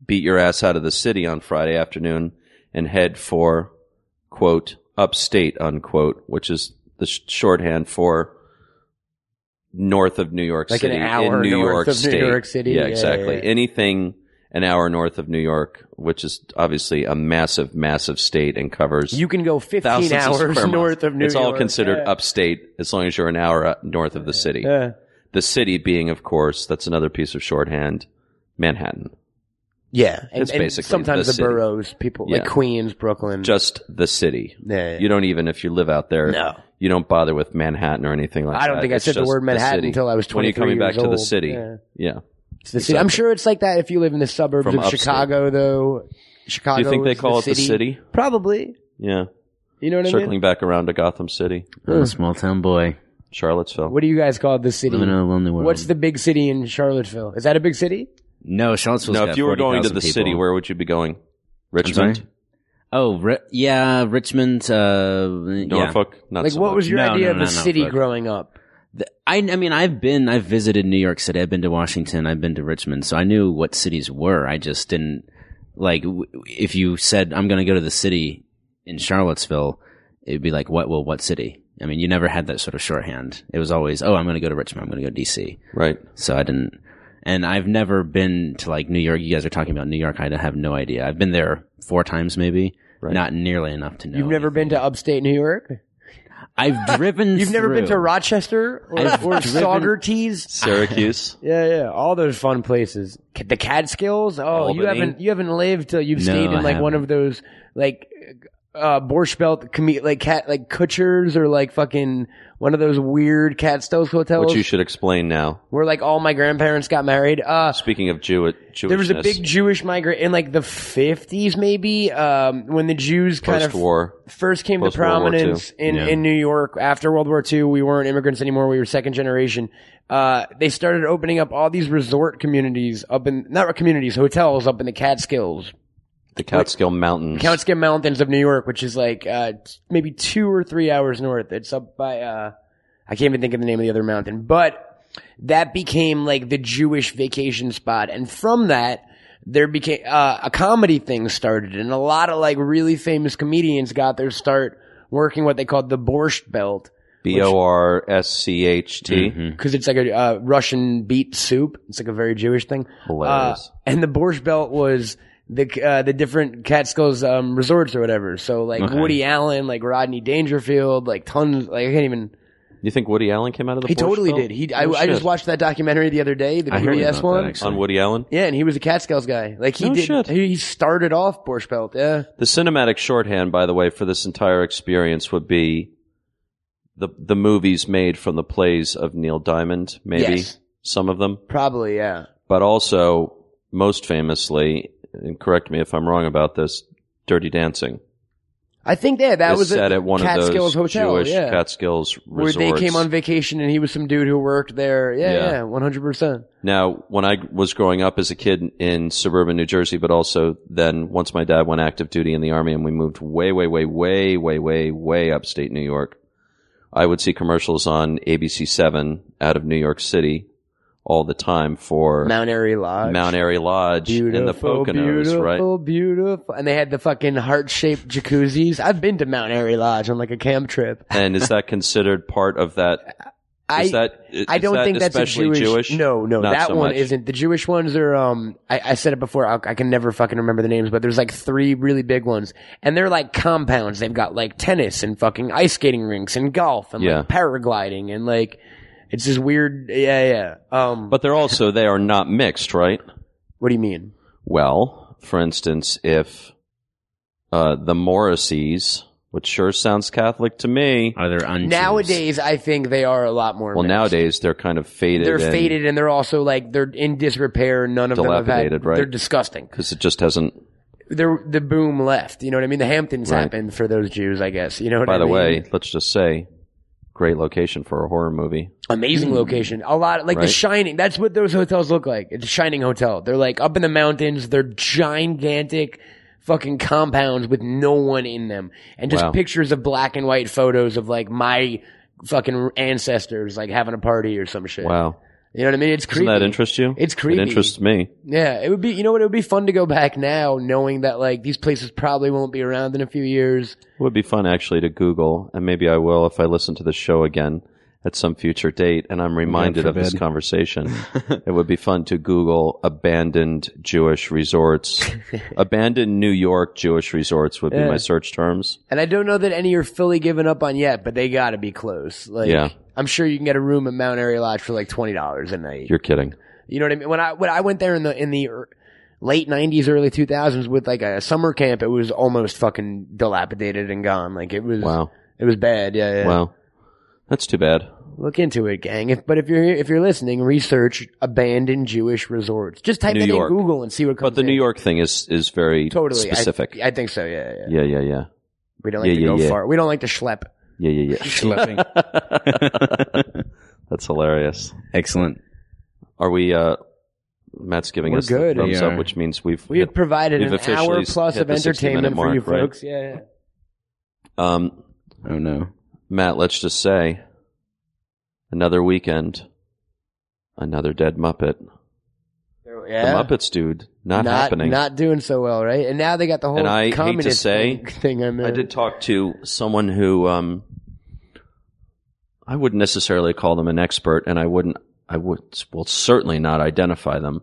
beat your ass out of the city on Friday afternoon and head for quote upstate unquote, which is the sh- shorthand for north of New York Like an City hour in New north York of New State. York City. Yeah, Yeah, exactly. yeah, yeah. Anything an hour north of New York, which is obviously a massive, massive state and covers you can go 15 thousands of square hours miles. north of New it's York. all considered Yeah. upstate as long as you're an hour out north of the city. Yeah. The city being, of course, that's another piece of shorthand, Manhattan. Yeah, and, It's and basically sometimes the the, city. boroughs, people like Yeah. Queens, Brooklyn. Just the city. Yeah, yeah. You don't even, if you live out there, No. you don't bother with Manhattan or anything like that. I don't think I It's said the just word Manhattan city. until I was When are you 23 coming back years to the old? city? Yeah. yeah. It's the city. I'm sure it's like that if you live in the suburbs From of upstate. Chicago, though. Chicago. Do you think they is call it the city. the city? Probably. Yeah. You know what I mean? Circling back around to Gotham City, I'm a small town boy Charlottesville. What do you guys call the city? living in a lonely world. What's the big city in Charlottesville? Is that a big city? no? Charlottesville. now, if you were going to the city, where would you be going? Richmond, sorry? Oh, ri- yeah, Richmond. Uh, yeah. Norfolk. Not Like, so what much. was your No, idea no, of no, a no, city but- growing up? The- I, I mean, I've been, I've visited New York City. I've been to Washington. I've been to Richmond. So I knew what cities were. I just didn't like w- if you said I'm going to go to the city in Charlottesville, it'd be like what? Well, what city? I mean, you never had that sort of shorthand. It was always, oh, I'm going to go to Richmond. I'm going to go to DC. *laughs* right? So I didn't. And I've never been to like New York. You guys are talking about New York. I have no idea. I've been there four times, maybe. Not nearly enough to know. You've never been to upstate New York? I've *laughs* driven. You've never been to through. Rochester or, I've or driven- Saugerties? Syracuse. Yeah, yeah, all those fun places. C- The Catskills. Oh, Albany. you haven't you haven't lived till you've No, stayed in I like one of those like uh, Borscht Belt, com- like cat, like Kutcher's or like fucking one of those weird Catskills hotels Which you should explain now. where like all my grandparents got married. Uh, Speaking of Jew- Jewishness, there was a big Jewish migrant in like the 50s, maybe, um, when the Jews kind of post-war. first came to Post World War prominence in, Yeah. in New York after World War II. We weren't immigrants anymore. We were second generation. Uh, they started opening up all these resort communities up in, not communities, hotels up in the Catskills, The Catskill Mountains. Catskill Mountains of New York, which is like, uh, t- maybe two or three hours north. It's up by, uh, I can't even think of the name of the other mountain, but that became like the Jewish vacation spot. And from that, there became uh, a comedy thing started, and a lot of like really famous comedians got their start working what they called the Borscht Belt B O R S C H T. because it's like a uh, Russian beet soup. It's like a very Jewish thing. Hilarious. Uh, and the Borscht Belt was the uh, the different Catskills um, resorts or whatever. So like Okay. Woody Allen, like Rodney Dangerfield, like tons. Like I can't even. You think Woody Allen came out of the He Borscht totally Belt? did. He I, No I just shit. watched that documentary the other day, the I heard PBS about one. that actually. on Woody Allen. yeah, and he was a Catskills guy. Like he No did. shit. He started off Borscht Belt. Yeah. The cinematic shorthand, by the way, for this entire experience would be the the movies made from the plays of Neil Diamond, maybe Yes. some of them, Probably. Yeah. but also most famously, and correct me if I'm wrong about this, Dirty Dancing. I think yeah, that is was set at one Catskills of those hotel. Jewish yeah. Catskills where resorts. they came on vacation and he was some dude who worked there. Yeah. Yeah, yeah, one hundred percent. Now, when I was growing up as a kid in suburban New Jersey, but also then once my dad went active duty in the army and we moved way, way, way, way, way, way, way upstate New York, I would see commercials on ABC7 out of New York City all the time for Mount Airy Lodge. Mount Airy Lodge beautiful, in the Poconos, beautiful, right? beautiful. And they had the fucking heart shaped jacuzzis. I've been to Mount Airy Lodge on like a camp trip. And is that considered part of that? I Is that, is I don't that think that's a especially Jewish, No, no, Not that so one much. isn't. The Jewish ones are. Um, I, I said it before. I, I can never fucking remember the names, but there's like three really big ones, and they're like compounds. They've got like tennis and fucking ice skating rinks and golf and Yeah. like paragliding and like it's this weird. Yeah, yeah. Um, But they're also, they are not mixed, right? what do you mean? Well, for instance, if uh, the Morrisseys, which sure sounds Catholic to me, Are there unchanged? Nowadays, I think they are a lot more. well, mixed. nowadays they're kind of faded. they're faded and they're also like they're in disrepair. None of them have Dilapidated, had. right? They're disgusting. because it just hasn't. They're the boom left. You know what I mean? The Hamptons Right. happened for those Jews, I guess. You know what By I the mean? way, let's just say, great location for a horror movie. amazing location. A lot like Hmm. Right. the Shining. That's what those hotels look like. It's a Shining Hotel. They're like up in the mountains. They're gigantic fucking compounds with no one in them, and just Wow. pictures of black and white photos of like my fucking ancestors like having a party or some shit. Wow, You know what I mean? It's doesn't creepy. that interest you? It's creepy. It interests me. Yeah, it would be. You know what? It would be fun to go back now, knowing that like these places probably won't be around in a few years. It would be fun actually to Google, and maybe I will if I listen to the show again at some future date, and I'm reminded of this forbid. *laughs* conversation. it would be fun to Google abandoned Jewish *laughs* resorts. abandoned New York Jewish resorts would be Yeah. my search terms. And I don't know that any are fully given up on yet, but they got to be close. Like, Yeah. I'm sure you can get a room at Mount Airy Lodge for like twenty dollars a night. You're kidding. you know what I mean? When I when I went there in the in the er- late '90s, early 2000s with like a summer camp, it was almost fucking dilapidated and gone. Like it was. Wow. It was bad. Yeah. yeah. Wow. That's too bad. Look into it, gang. If, but if you're if you're listening, research abandoned Jewish resorts. Just type New that York. in Google and see what comes. But the in. New York thing is is very totally I- specific. I, think so. Yeah, yeah. yeah, yeah, yeah. We don't like Yeah, to yeah, go yeah. far. We don't like *laughs* to schlep. Yeah, yeah, Schlepping. yeah. *laughs* *laughs* That's hilarious. Excellent. Are we uh Matt's giving We're us good. the thumbs We up, are. which means we've We hit have provided we've an hour officially plus hit of the 60 minute entertainment for you mark, right? folks. Yeah, yeah. um Oh no. Matt, let's just say another weekend, another dead Muppet. Yeah. The Muppets, dude, not, not happening. not doing so well, right? And now they got the whole And I hate to communist say, thing, thing I'm in. I did talk to someone who um, I wouldn't necessarily call them an expert, and I wouldn't, I would, well, certainly not identify them.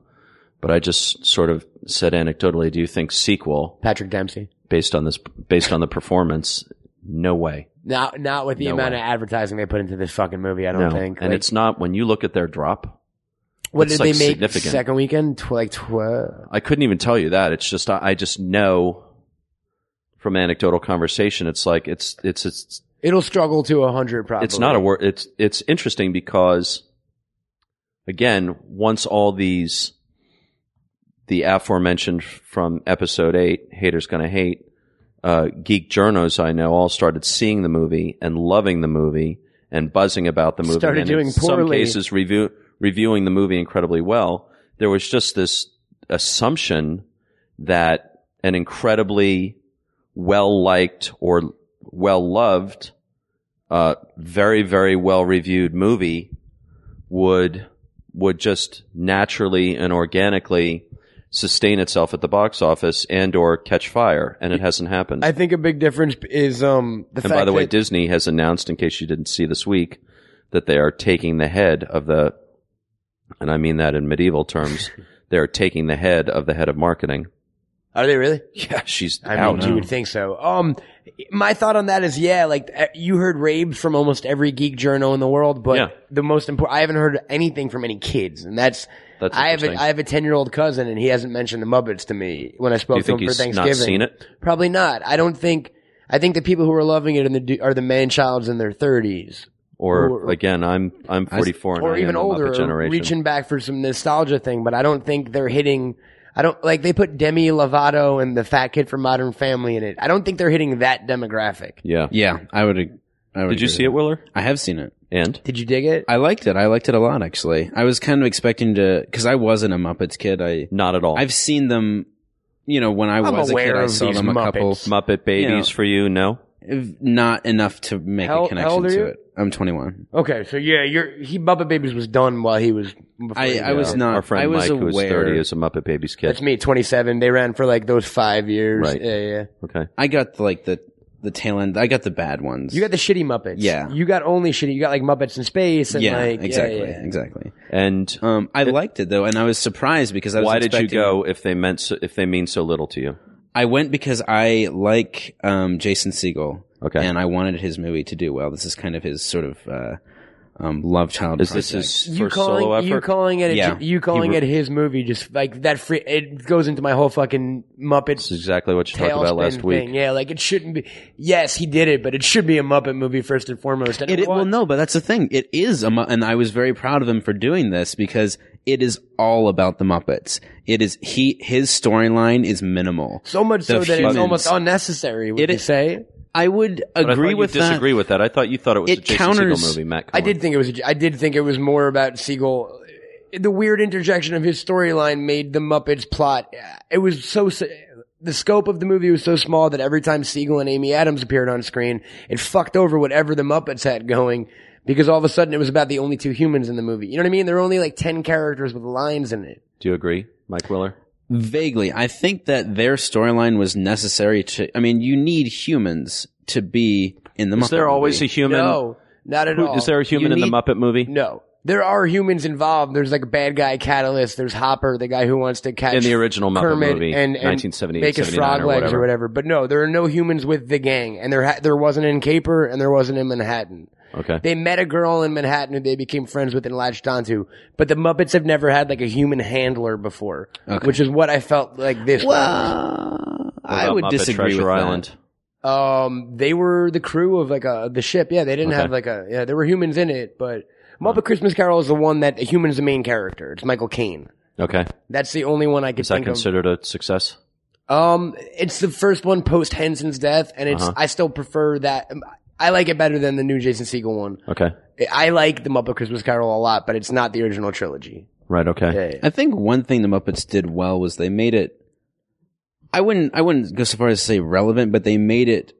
But I just sort of said anecdotally, do you think sequel Patrick Dempsey. based on this, based on the performance? No way. Not not with the No amount way. of advertising they put into this fucking movie. I no, don't think. and Like, it's not. When you look at their drop, what it's, did like, they make significant. second weekend? Tw- like twelve. I couldn't even tell you that. It's just I, I just know from anecdotal conversation, it's like it's it's it's It'll struggle to 100 probably. it's not a word. It's it's interesting because, again, once all these, the aforementioned from episode eight, haters gonna hate, uh, geek journos I know all started seeing the movie and loving the movie and buzzing about the movie. Started and doing in some poorly. cases review reviewing the movie incredibly well. There was just this assumption that an incredibly well liked or well loved, uh, very very well reviewed movie would would just naturally and organically sustain itself at the box office and or catch fire, and it hasn't happened. I think a big difference is um the and fact by the way, that Disney has announced, in case you didn't see this week, that they are taking the head of the, and I mean that in medieval *laughs* terms. They are taking the head of the head of marketing. are they really? Yeah, she's I out. mean, you would think so. Um, my thought on that is, yeah, like eh, you heard raves from almost every geek journal in the world, but Yeah. the most important, I haven't heard anything from any kids, and that's. That's I have a, interesting. I have a ten year old cousin, and he hasn't mentioned the Muppets to me when I Do spoke you to him think for he's Thanksgiving. not seen it? Probably not. I don't think. I think the people who are loving it in the, du- are the man childs in their thirties Or, Or- again, I'm I'm 44 and or I am even a Muppet older, generation. reaching back for some nostalgia thing. But I don't think they're hitting. I don't like they put Demi Lovato and the fat kid from Modern Family in it. I don't think they're hitting that demographic. yeah. Yeah, I would. ag- I would Did you agree see it, with Willer? that. I have seen it. And Did you dig it? I liked it. I liked it a lot, actually. I was kind of expecting to, because I wasn't a Muppets kid. I not at all. I've seen them, you know, when I I'm was a aware kid, I of saw these them a couple. Muppets. Muppet Babies you know. for you? No. Not enough to make How- a how connection old are to you? it. I'm 21. Okay, so yeah, you're he Bubba Babies was done while he was. Before I- he I was died. not- Our friend I Mike, was who uh, was aware- 30, is a Muppet Babies kid. That's me, 27. They ran for like those five years. Right. Yeah, yeah. Okay. I got like the the tail end. I got the bad ones. You got the shitty Muppets. Yeah. You got only shitty. You got like Muppets in Space. And yeah, like, yeah, exactly, yeah. exactly. And Um, I liked it though, and I was surprised because I was why did you expecting- go if they meant so, if they mean so little to you? I went because I like um, Jason Segel. Okay. And I wanted his movie to do well. This is kind of his sort of uh, um, love child. Is this project. his you first solo calling effort? you calling it a, Yeah. you calling He- it his movie just like that free it goes into my whole fucking Muppet This is exactly what you talked about tailspin last week. thing. Yeah, like it shouldn't be. Yes, he did it, but it should be a Muppet movie first and foremost. And It, it, it, well, was. no, but that's the thing. It is, a, Mu- and I was very proud of him for doing this because it is all about the Muppets. It is he his storyline is minimal. so much so the that it's humans- almost unnecessary. Would It you is- say? I would But I thought agree you with that. disagree with that. I thought you thought it was It a Jason Segel counters- movie, Matt. I Cohen. did think it was. a- I did think it was more about Siegel. The weird interjection of his storyline made the Muppets plot. It was so. s- The scope of the movie was so small that every time Siegel and Amy Adams appeared on screen, it fucked over whatever the Muppets had going. Because all of a sudden, it was about the only two humans in the movie. You know what I mean? There were only like ten characters with lines in it. Do you agree, Mike Willer? Vaguely, I think that their storyline was necessary to. I mean, you need humans to be in the. Is there always a human? No, not at Who- all. is there a human You in need- the Muppet movie? No, there are humans involved. There's like a bad guy catalyst. There's Hopper, the guy who wants to catch In the original Muppet Kermit movie, and, and 1978, make his 79 frog or legs whatever. or whatever. But no, there are no humans with the gang, and there ha- there wasn't in Caper, and there wasn't in Manhattan. Okay. They met a girl in Manhattan who they became friends with and latched onto. But the Muppets have never had like a human handler before, which is what I felt like this. Well, What Uh, I about would Muppet disagree Treasure with Island. that. was. um, they were the crew of like a the ship. Yeah, they didn't Okay. have like a yeah. There were humans in it, but Muppet Christmas Carol is the one that a human's the main character. It's Michael Caine. Okay. That's the only one I could Is that think of. considered a success? Um, it's the first one post Henson's death, and it's Uh-huh. I still prefer that. I like it better than the new Jason Segel one. Okay. I like the Muppet Christmas Carol a lot, but it's not the original trilogy. Right. Okay. Yeah, yeah. I think one thing the Muppets did well was they made it. I wouldn't. I wouldn't go so far as to say relevant, but they made it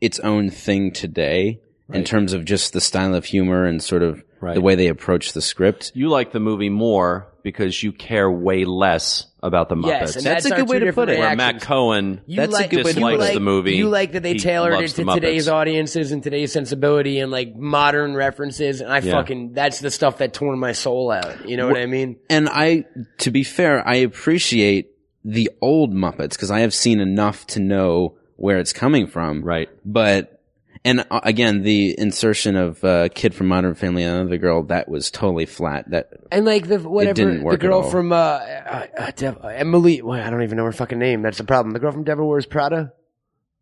its own thing today in terms of just the style of humor and sort of Right. the way they approach the script. You like the movie more because you care way less about the Muppets. Yes, and That's that's, a good our way two to put different it. Where Where reactions. Matt Cohen You That's a like, good way to you put it. like, the movie. You like that they He tailored it loves to the Muppets. today's audiences and today's sensibility and like modern references, and I Yeah. fucking that's the stuff that tore my soul out. You know what I mean? And I, to be fair, I appreciate the old Muppets because I have seen enough to know where it's coming from. Right. But and uh, again, the insertion of uh, kid from Modern Family, another girl that was totally flat. That And like the whatever didn't work the at girl all. from uh, uh, uh, Dev- uh, Emily, well, I don't even know her fucking name. That's the problem. The girl from Devil Wears Prada.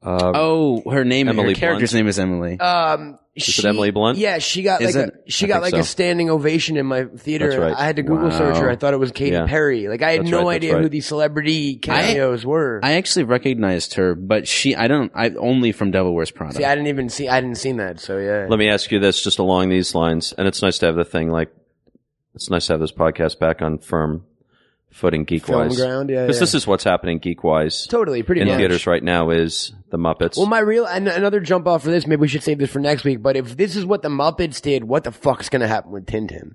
Uh, Oh, her name, Emily her character's Blunt. name is Emily. Um, it she- Emily Blunt? Yeah, she got Is like it? a, she I got like think a so. standing ovation in my theater. That's right. I had to Google search her. Wow. I thought it was Katy Yeah. Perry. Like I had That's no right, that's idea who right. these celebrity cameos were. I actually recognized her, but she, I don't, I only from Devil Wears Prada. See, I didn't even see. I didn't see that. So yeah. Let me ask you this, just along these lines, and it's nice to have the thing like it's nice to have this podcast back on firm footing geek Film wise because ground. Yeah. yeah. this is what's happening geek wise totally pretty in much. theaters right now is the Muppets. Well, my real an- another jump off for this. Maybe we should save this for next week. But if this is what the Muppets did, what the fuck's gonna happen with Tintin?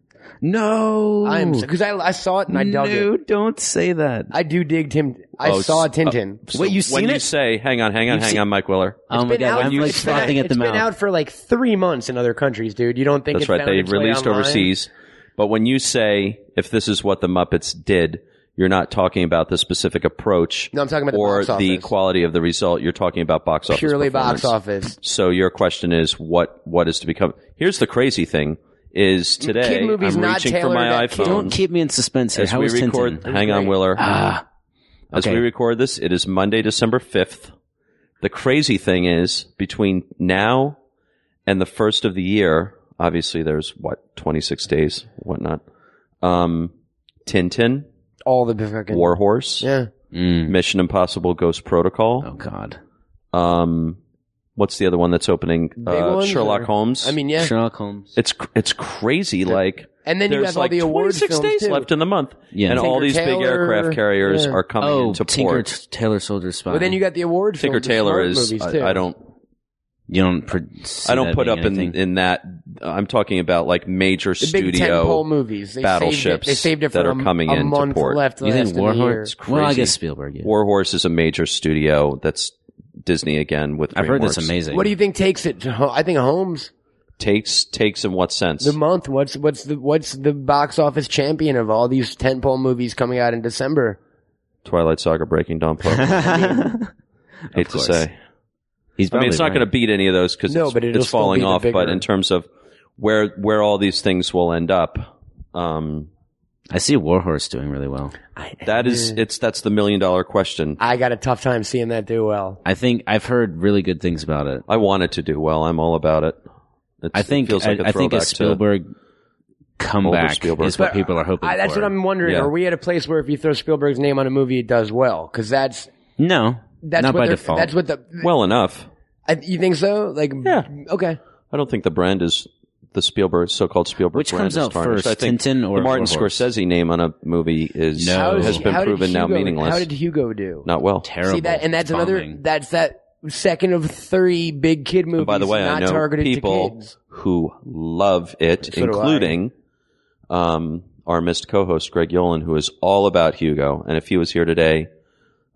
no, I am because I, I saw it and I dug no, it. don't say that. I do dig Tim. I Oh, saw s- Tintin. So Wait, you when seen you it? say, hang on, hang on, You've hang seen- on, Mike Willer. oh my It's been god, out- I'm like it's been out- frothing at the mouth. It's been out for like three months in other countries, dude. You don't think That's it's right. found They its way released online? overseas. But when you say, if this is what the Muppets did, you're not talking about the specific approach No, I'm talking about the or box office. the quality of the result. You're talking about box office. purely box performance. office. So your question is what what is to become? Here's the crazy thing: is today Kid movies I'm not reaching for tailored my at kid- Don't iPhone keep me in suspense here. as How we was record. Tintin? Hang on, Willer. Ah, As okay. we record this, it is Monday, December 5th. The crazy thing is between now and the first of the year, obviously there's what, 26 days, whatnot. Um, Tintin, All the fucking Warhorse, yeah. Mm. Mission Impossible Ghost Oh Protocol. god, Um, what's the other one that's opening? Uh, Oh. ones Sherlock or- Holmes. I mean, yeah. Sherlock Holmes. it's, cr- it's crazy. Like, And then you there's have like all the awards 26 films days too. left in the month. Yeah. And all Tinker these big Tailor, aircraft carriers yeah. are coming oh, into Tinker port. T- Tailor Soldier Spy. But then you got the award Tinker films, the Taylor smart is. movies, too. I, I don't. you don't. Pro- see I don't that put being up in, anything. in that. I'm talking about like major the big studio. tentpole movies. They saved it. battleships They saved it for that are a, coming a into month port. left. You last think of the year. Warhorse? Well, I crazy. guess Spielberg. Yeah. Warhorse is a major studio that's Disney again with. I've heard that's DreamWorks. amazing. What *laughs* do you think takes it? To, ho- I think Holmes Takes takes in what sense? the month. What's what's the what's the box office champion of all these tentpole movies coming out in December? Twilight Saga, Breaking Dawn. *laughs* Pokemon. Hate to course. say. He's I mean, probably it's not right. going to beat any of those because No, it's, but it'll it's still falling be the off. But bigger- in terms of where where all these things will end up, um, I see Warhorse doing really well. that is it's that's the million dollar question. I got a tough time seeing that do well. I think I've heard really good things about it. I want it to do well. I'm all about it. It's- I it think feels like a I, I think throwback a to- Spielberg comeback Spielberg. is But what people are hoping I, that's for. what I'm wondering. Yeah. Are we at a place where if you throw Spielberg's name on a movie, it does well? Because that's No, that's not what by they're- default. That's what the well enough. I, you think so? Like Yeah. okay. I don't think the brand is the Spielberg, so-called Spielberg. Which brand comes is out tarnished. first, I think Tintin or the Martin Warhorse? Scorsese name on a movie is No. How is- Uh, has been how did proven now Hugo- meaningless. How did Hugo do? Not well. terrible. See that, and that's another. bombing. That's that second of three big kid movies. And Oh, by the way, not I know targeted to people kids. who love it, So do I. including um, our missed co-host Greg Yolen, who is all about Hugo. And if he was here today,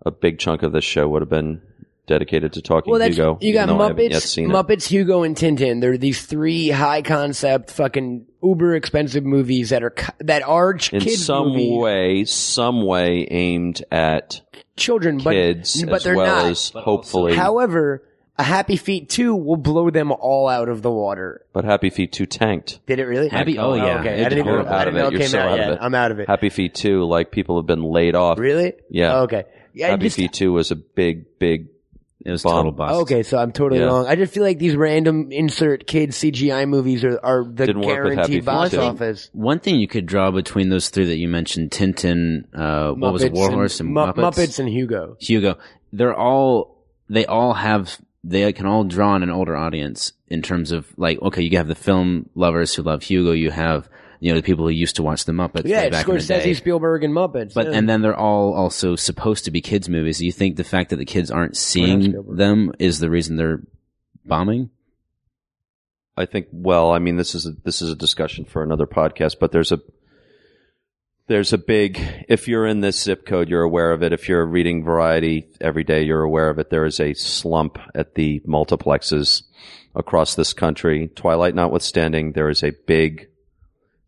a big chunk of this show would have been dedicated to talking Well, that's Hugo. you got even though I haven't yet Muppets, seen it. Muppets, Hugo, and Tintin. They're these three high concept, fucking uber expensive movies that are co- that are ch- in kids some movie- way, some way aimed at children, but kids but as they're well not. as hopefully. However, a Happy Feet two will blow them all out of the water. but Happy Feet 2 tanked. Did it really? Happy- oh, yeah. okay. It I didn't did. even. You're I out of didn't it. know it You're came so out out of yet. it. I'm out of it. Happy Feet 2, like people have been laid off. Really? Oh, Yeah. Okay. Yeah, I Happy just- Feet 2 was a big, big. it was bomb. total bust. Okay, so I'm totally Yeah. wrong. I just feel like these random insert kid CGI movies are, are the Didn't work with Happy guaranteed box Feet, too. office. One thing you could draw between those three that you mentioned, Tintin, uh, what was it, Warhorse and, Mu- Muppets? and Hugo. Hugo. They're all they all have they can all draw on an older audience in terms of like okay, you have the film lovers who love Hugo, you have you know the people who used to watch the Muppets Yeah, way it's back in the day. Scorsese, Spielberg, and Muppets. But yeah. and then they're all also supposed to be kids movies. Do you think the fact that the kids aren't seeing Spielberg. them is the reason they're bombing? I think. Well, I mean, this is a, this is a discussion for another podcast, but there's a there's a big. If you're in this zip code, you're aware of it. If you're reading Variety every day, you're aware of it. There is a slump at the multiplexes across this country. Twilight notwithstanding, there is a big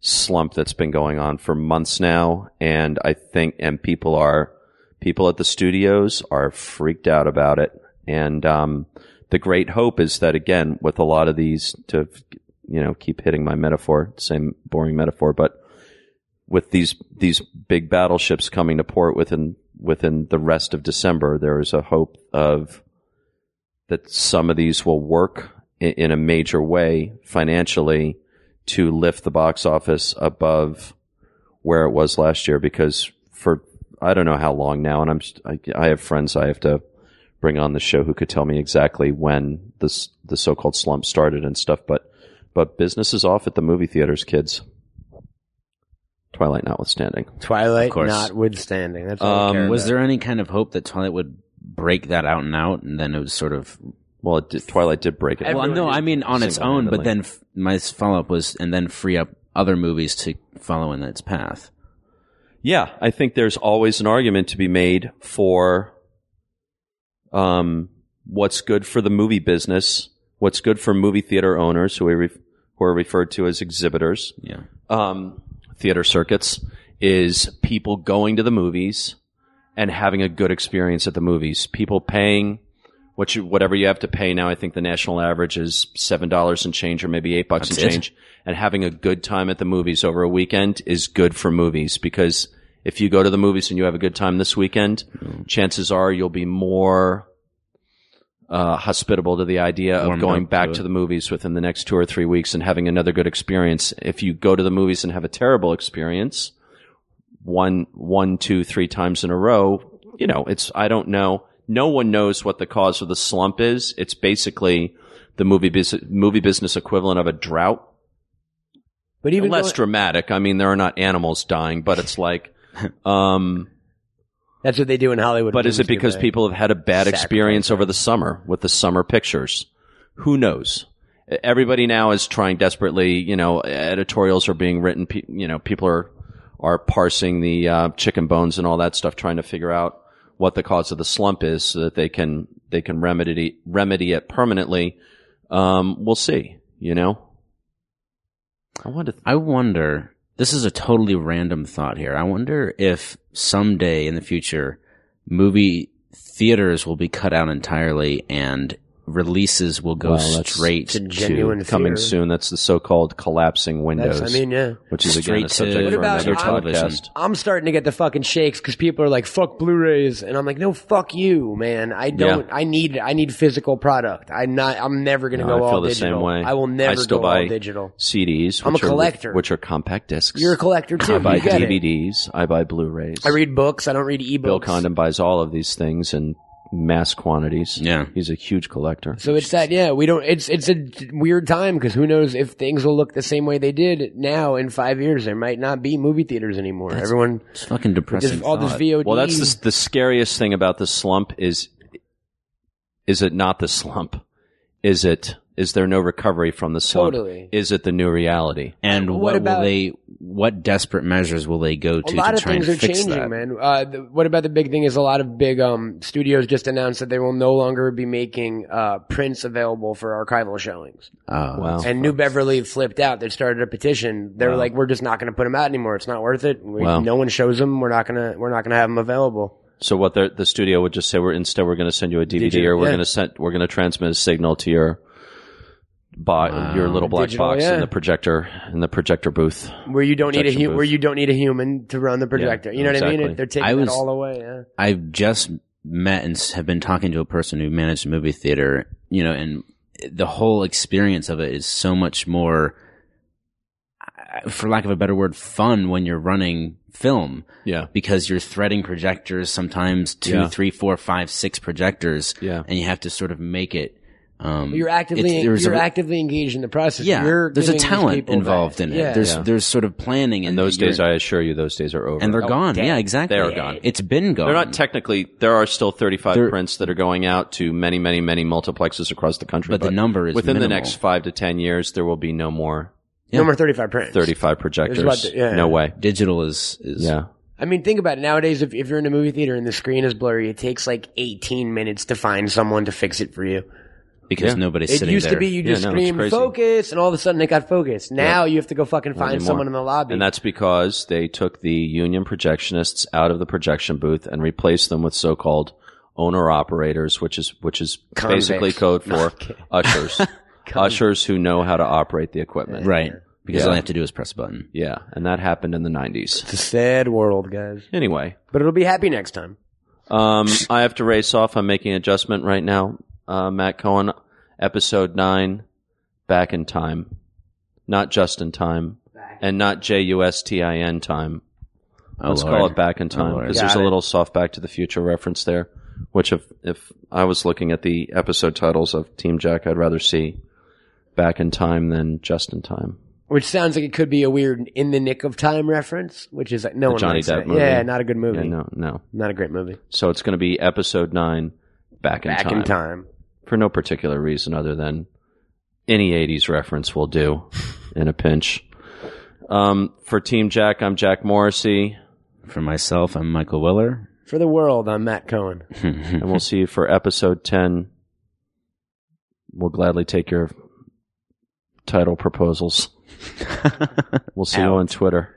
slump that's been going on for months now, and I think and people are people at the studios are freaked out about it. And um, the great hope is that again, with a lot of these, to you know, keep hitting my metaphor, same boring metaphor, but with these these big battleships coming to port within within the rest of December, there is a hope of that some of these will work in, in a major way financially to lift the box office above where it was last year because for I don't know how long now, and I'm st- I, I have friends I have to bring on the show who could tell me exactly when this the so-called slump started and stuff, but but business is off at the movie theaters, kids. Twilight notwithstanding. Twilight, Of course. notwithstanding. That's all I Um, care Was about. there any kind of hope that Twilight would break that out and out, and then it was sort of? Well, it did, Twilight did break it. Well, no, I mean on its own. But then f- my follow up was, and then free up other movies to follow in its path. yeah, I think there's always an argument to be made for um, what's good for the movie business, what's good for movie theater owners who, we ref- who are referred to as exhibitors, Yeah, um, theater circuits, is people going to the movies and having a good experience at the movies. People paying what you, whatever you have to pay now. I think the national average is seven dollars and change, or maybe eight bucks That's and it? change. And having a good time at the movies over a weekend is good for movies because if you go to the movies and you have a good time this weekend, Mm. chances are you'll be more. Uh, hospitable to the idea of Warmed going up back to to it. the movies within the next two or three weeks and having another good experience. If you go to the movies and have a terrible experience, one one two three times in a row you know it's i don't know no one knows what the cause of the slump is it's basically the movie bus- movie business equivalent of a drought But even less going- dramatic i mean there are not animals dying but it's *laughs* like um that's what they do in Hollywood. but is it Doomsday because Bay. people have had a bad Sacrifice experience over the summer with the summer pictures? Who knows? E, Everybody now is trying desperately. You know, editorials are being written. Pe- you know, people are are parsing the uh, chicken bones and all that stuff, trying to figure out what the cause of the slump is, so that they can they can remedy remedy it permanently. Um, we'll see. You know, I wanted. I wonder. This is a totally random thought here. I wonder if someday in the future, movie theaters will be cut out entirely and releases will go Wow, that's- straight It's a to genuine to coming theater. soon. That's the so-called collapsing windows, That's, I mean, yeah. which is again a Straight to- subject What for about another television? podcast. I'm starting to get the fucking shakes because people are like, "Fuck Blu-rays," and I'm like, "No, fuck you, man. I don't. I need. I need physical product. I'm not. I'm never gonna No, go I all feel the digital. same way. I will I never still go buy- all digital. CDs. I'm a which are- collector. which are compact discs. You're a collector too. I buy you get it. DVDs. I buy Blu-rays. I read books. I don't read ebooks. Bill Condon buys all of these things in mass quantities. Yeah. he's a huge collector. So it's that yeah we don't it's it's a weird time because who knows if things will look the same way they did now in five years there might not be movie theaters anymore everyone It's fucking depressing. just all this thought. VOD Well, that's the, the scariest thing about the slump is is it not the slump? Is it is there no recovery from the slump? Totally. Is it the new reality? And What what, about- will they? What desperate measures will they go a to lot to of try and things are fix changing that? man uh, the, what about the big thing is a lot of big um, studios just announced that they will no longer be making uh, prints available for archival showings Uh, Wow. and New Beverly flipped out they started a petition they were like we're just not going to put them out anymore it's not worth it we, Wow. no one shows them we're not going to we're not going to have them available So what the, the studio would just say, we're instead we're going to send you a DVD, Digi- or we're yeah. going to send we're going to transmit a signal to your. Bo- Wow. Your little black Digital, box yeah. in the projector in the projector booth. where you don't need a Projection hu- booth. where you don't need a human to run the projector. you know what I exactly. mean? They're taking I it was- Mm. all away. Yeah. I've just met and s- have been talking to a person who managed a movie theater, you know, and the whole experience of it is so much more, uh, for lack of a better word, fun when you're running film Yeah, because you're threading projectors, sometimes two, Yeah. three, four, five, six projectors, yeah. and you have to sort of make it. Um, You're actively it's- there's you're a- actively engaged in the process. yeah, You're there's a giving these talent people involved that- in it. Yeah. There's Yeah. there's sort of planning, And those you're- days, I assure you, those days are over. and they're gone. dead. Yeah, exactly. They are gone. It's been gone. Oh, They're not technically. There are still 35 They're- prints that are going out to many, many, many multiplexes across the country. but the number is within the minimal. next five to 10 years, there will be no more no more 35 prints. 35 projectors. the- yeah, no yeah. way. digital is is Yeah. I mean, think about it. Nowadays, if, if you're in a movie theater and the screen is blurry, it takes like 18 minutes to find someone to fix it for you. because Yeah. nobody's It sitting used there. to be you just Yeah, no, it's scream crazy. focus, and all of a sudden it got focused. Now you have to go fucking find anymore. someone in the lobby. And that's because they took the union projectionists out of the projection booth and replaced them with so-called owner operators, which is which is Convicts. basically code No, I'm for kidding. *laughs* ushers, ushers who know how to operate the equipment. right because Yeah. all you have to do is press a button. Yeah, and that happened in the 90s. it's a sad world, guys. Anyway, But it'll be happy next time. Um, I have to race off. I'm making adjustment right now. Uh, uh, Matt Cohen, episode nine, back in time, not just in time, and not J U S T I N time. Oh, Let's Lord. call it back in time Lord. because there's Got a it. little soft Back to the Future reference there. Which, if if I was looking at the episode titles of Team Jack, I'd rather see back in time than just in time. Which sounds like it could be a weird "in the nick of time" reference, which is like no The one Johnny likes Depp that. movie. Yeah, not a good movie. Yeah, no, no. Not a great movie. So it's going to be episode nine, back in Back time, in time. for no particular reason other than any '80s reference will do in a pinch. Um, for Team Jack, I'm Jack Morrissey, For myself, I'm Michael Weller. For the world, I'm Matt Cohen. and we'll see you for episode ten. We'll gladly take your title proposals. We'll see you on Twitter.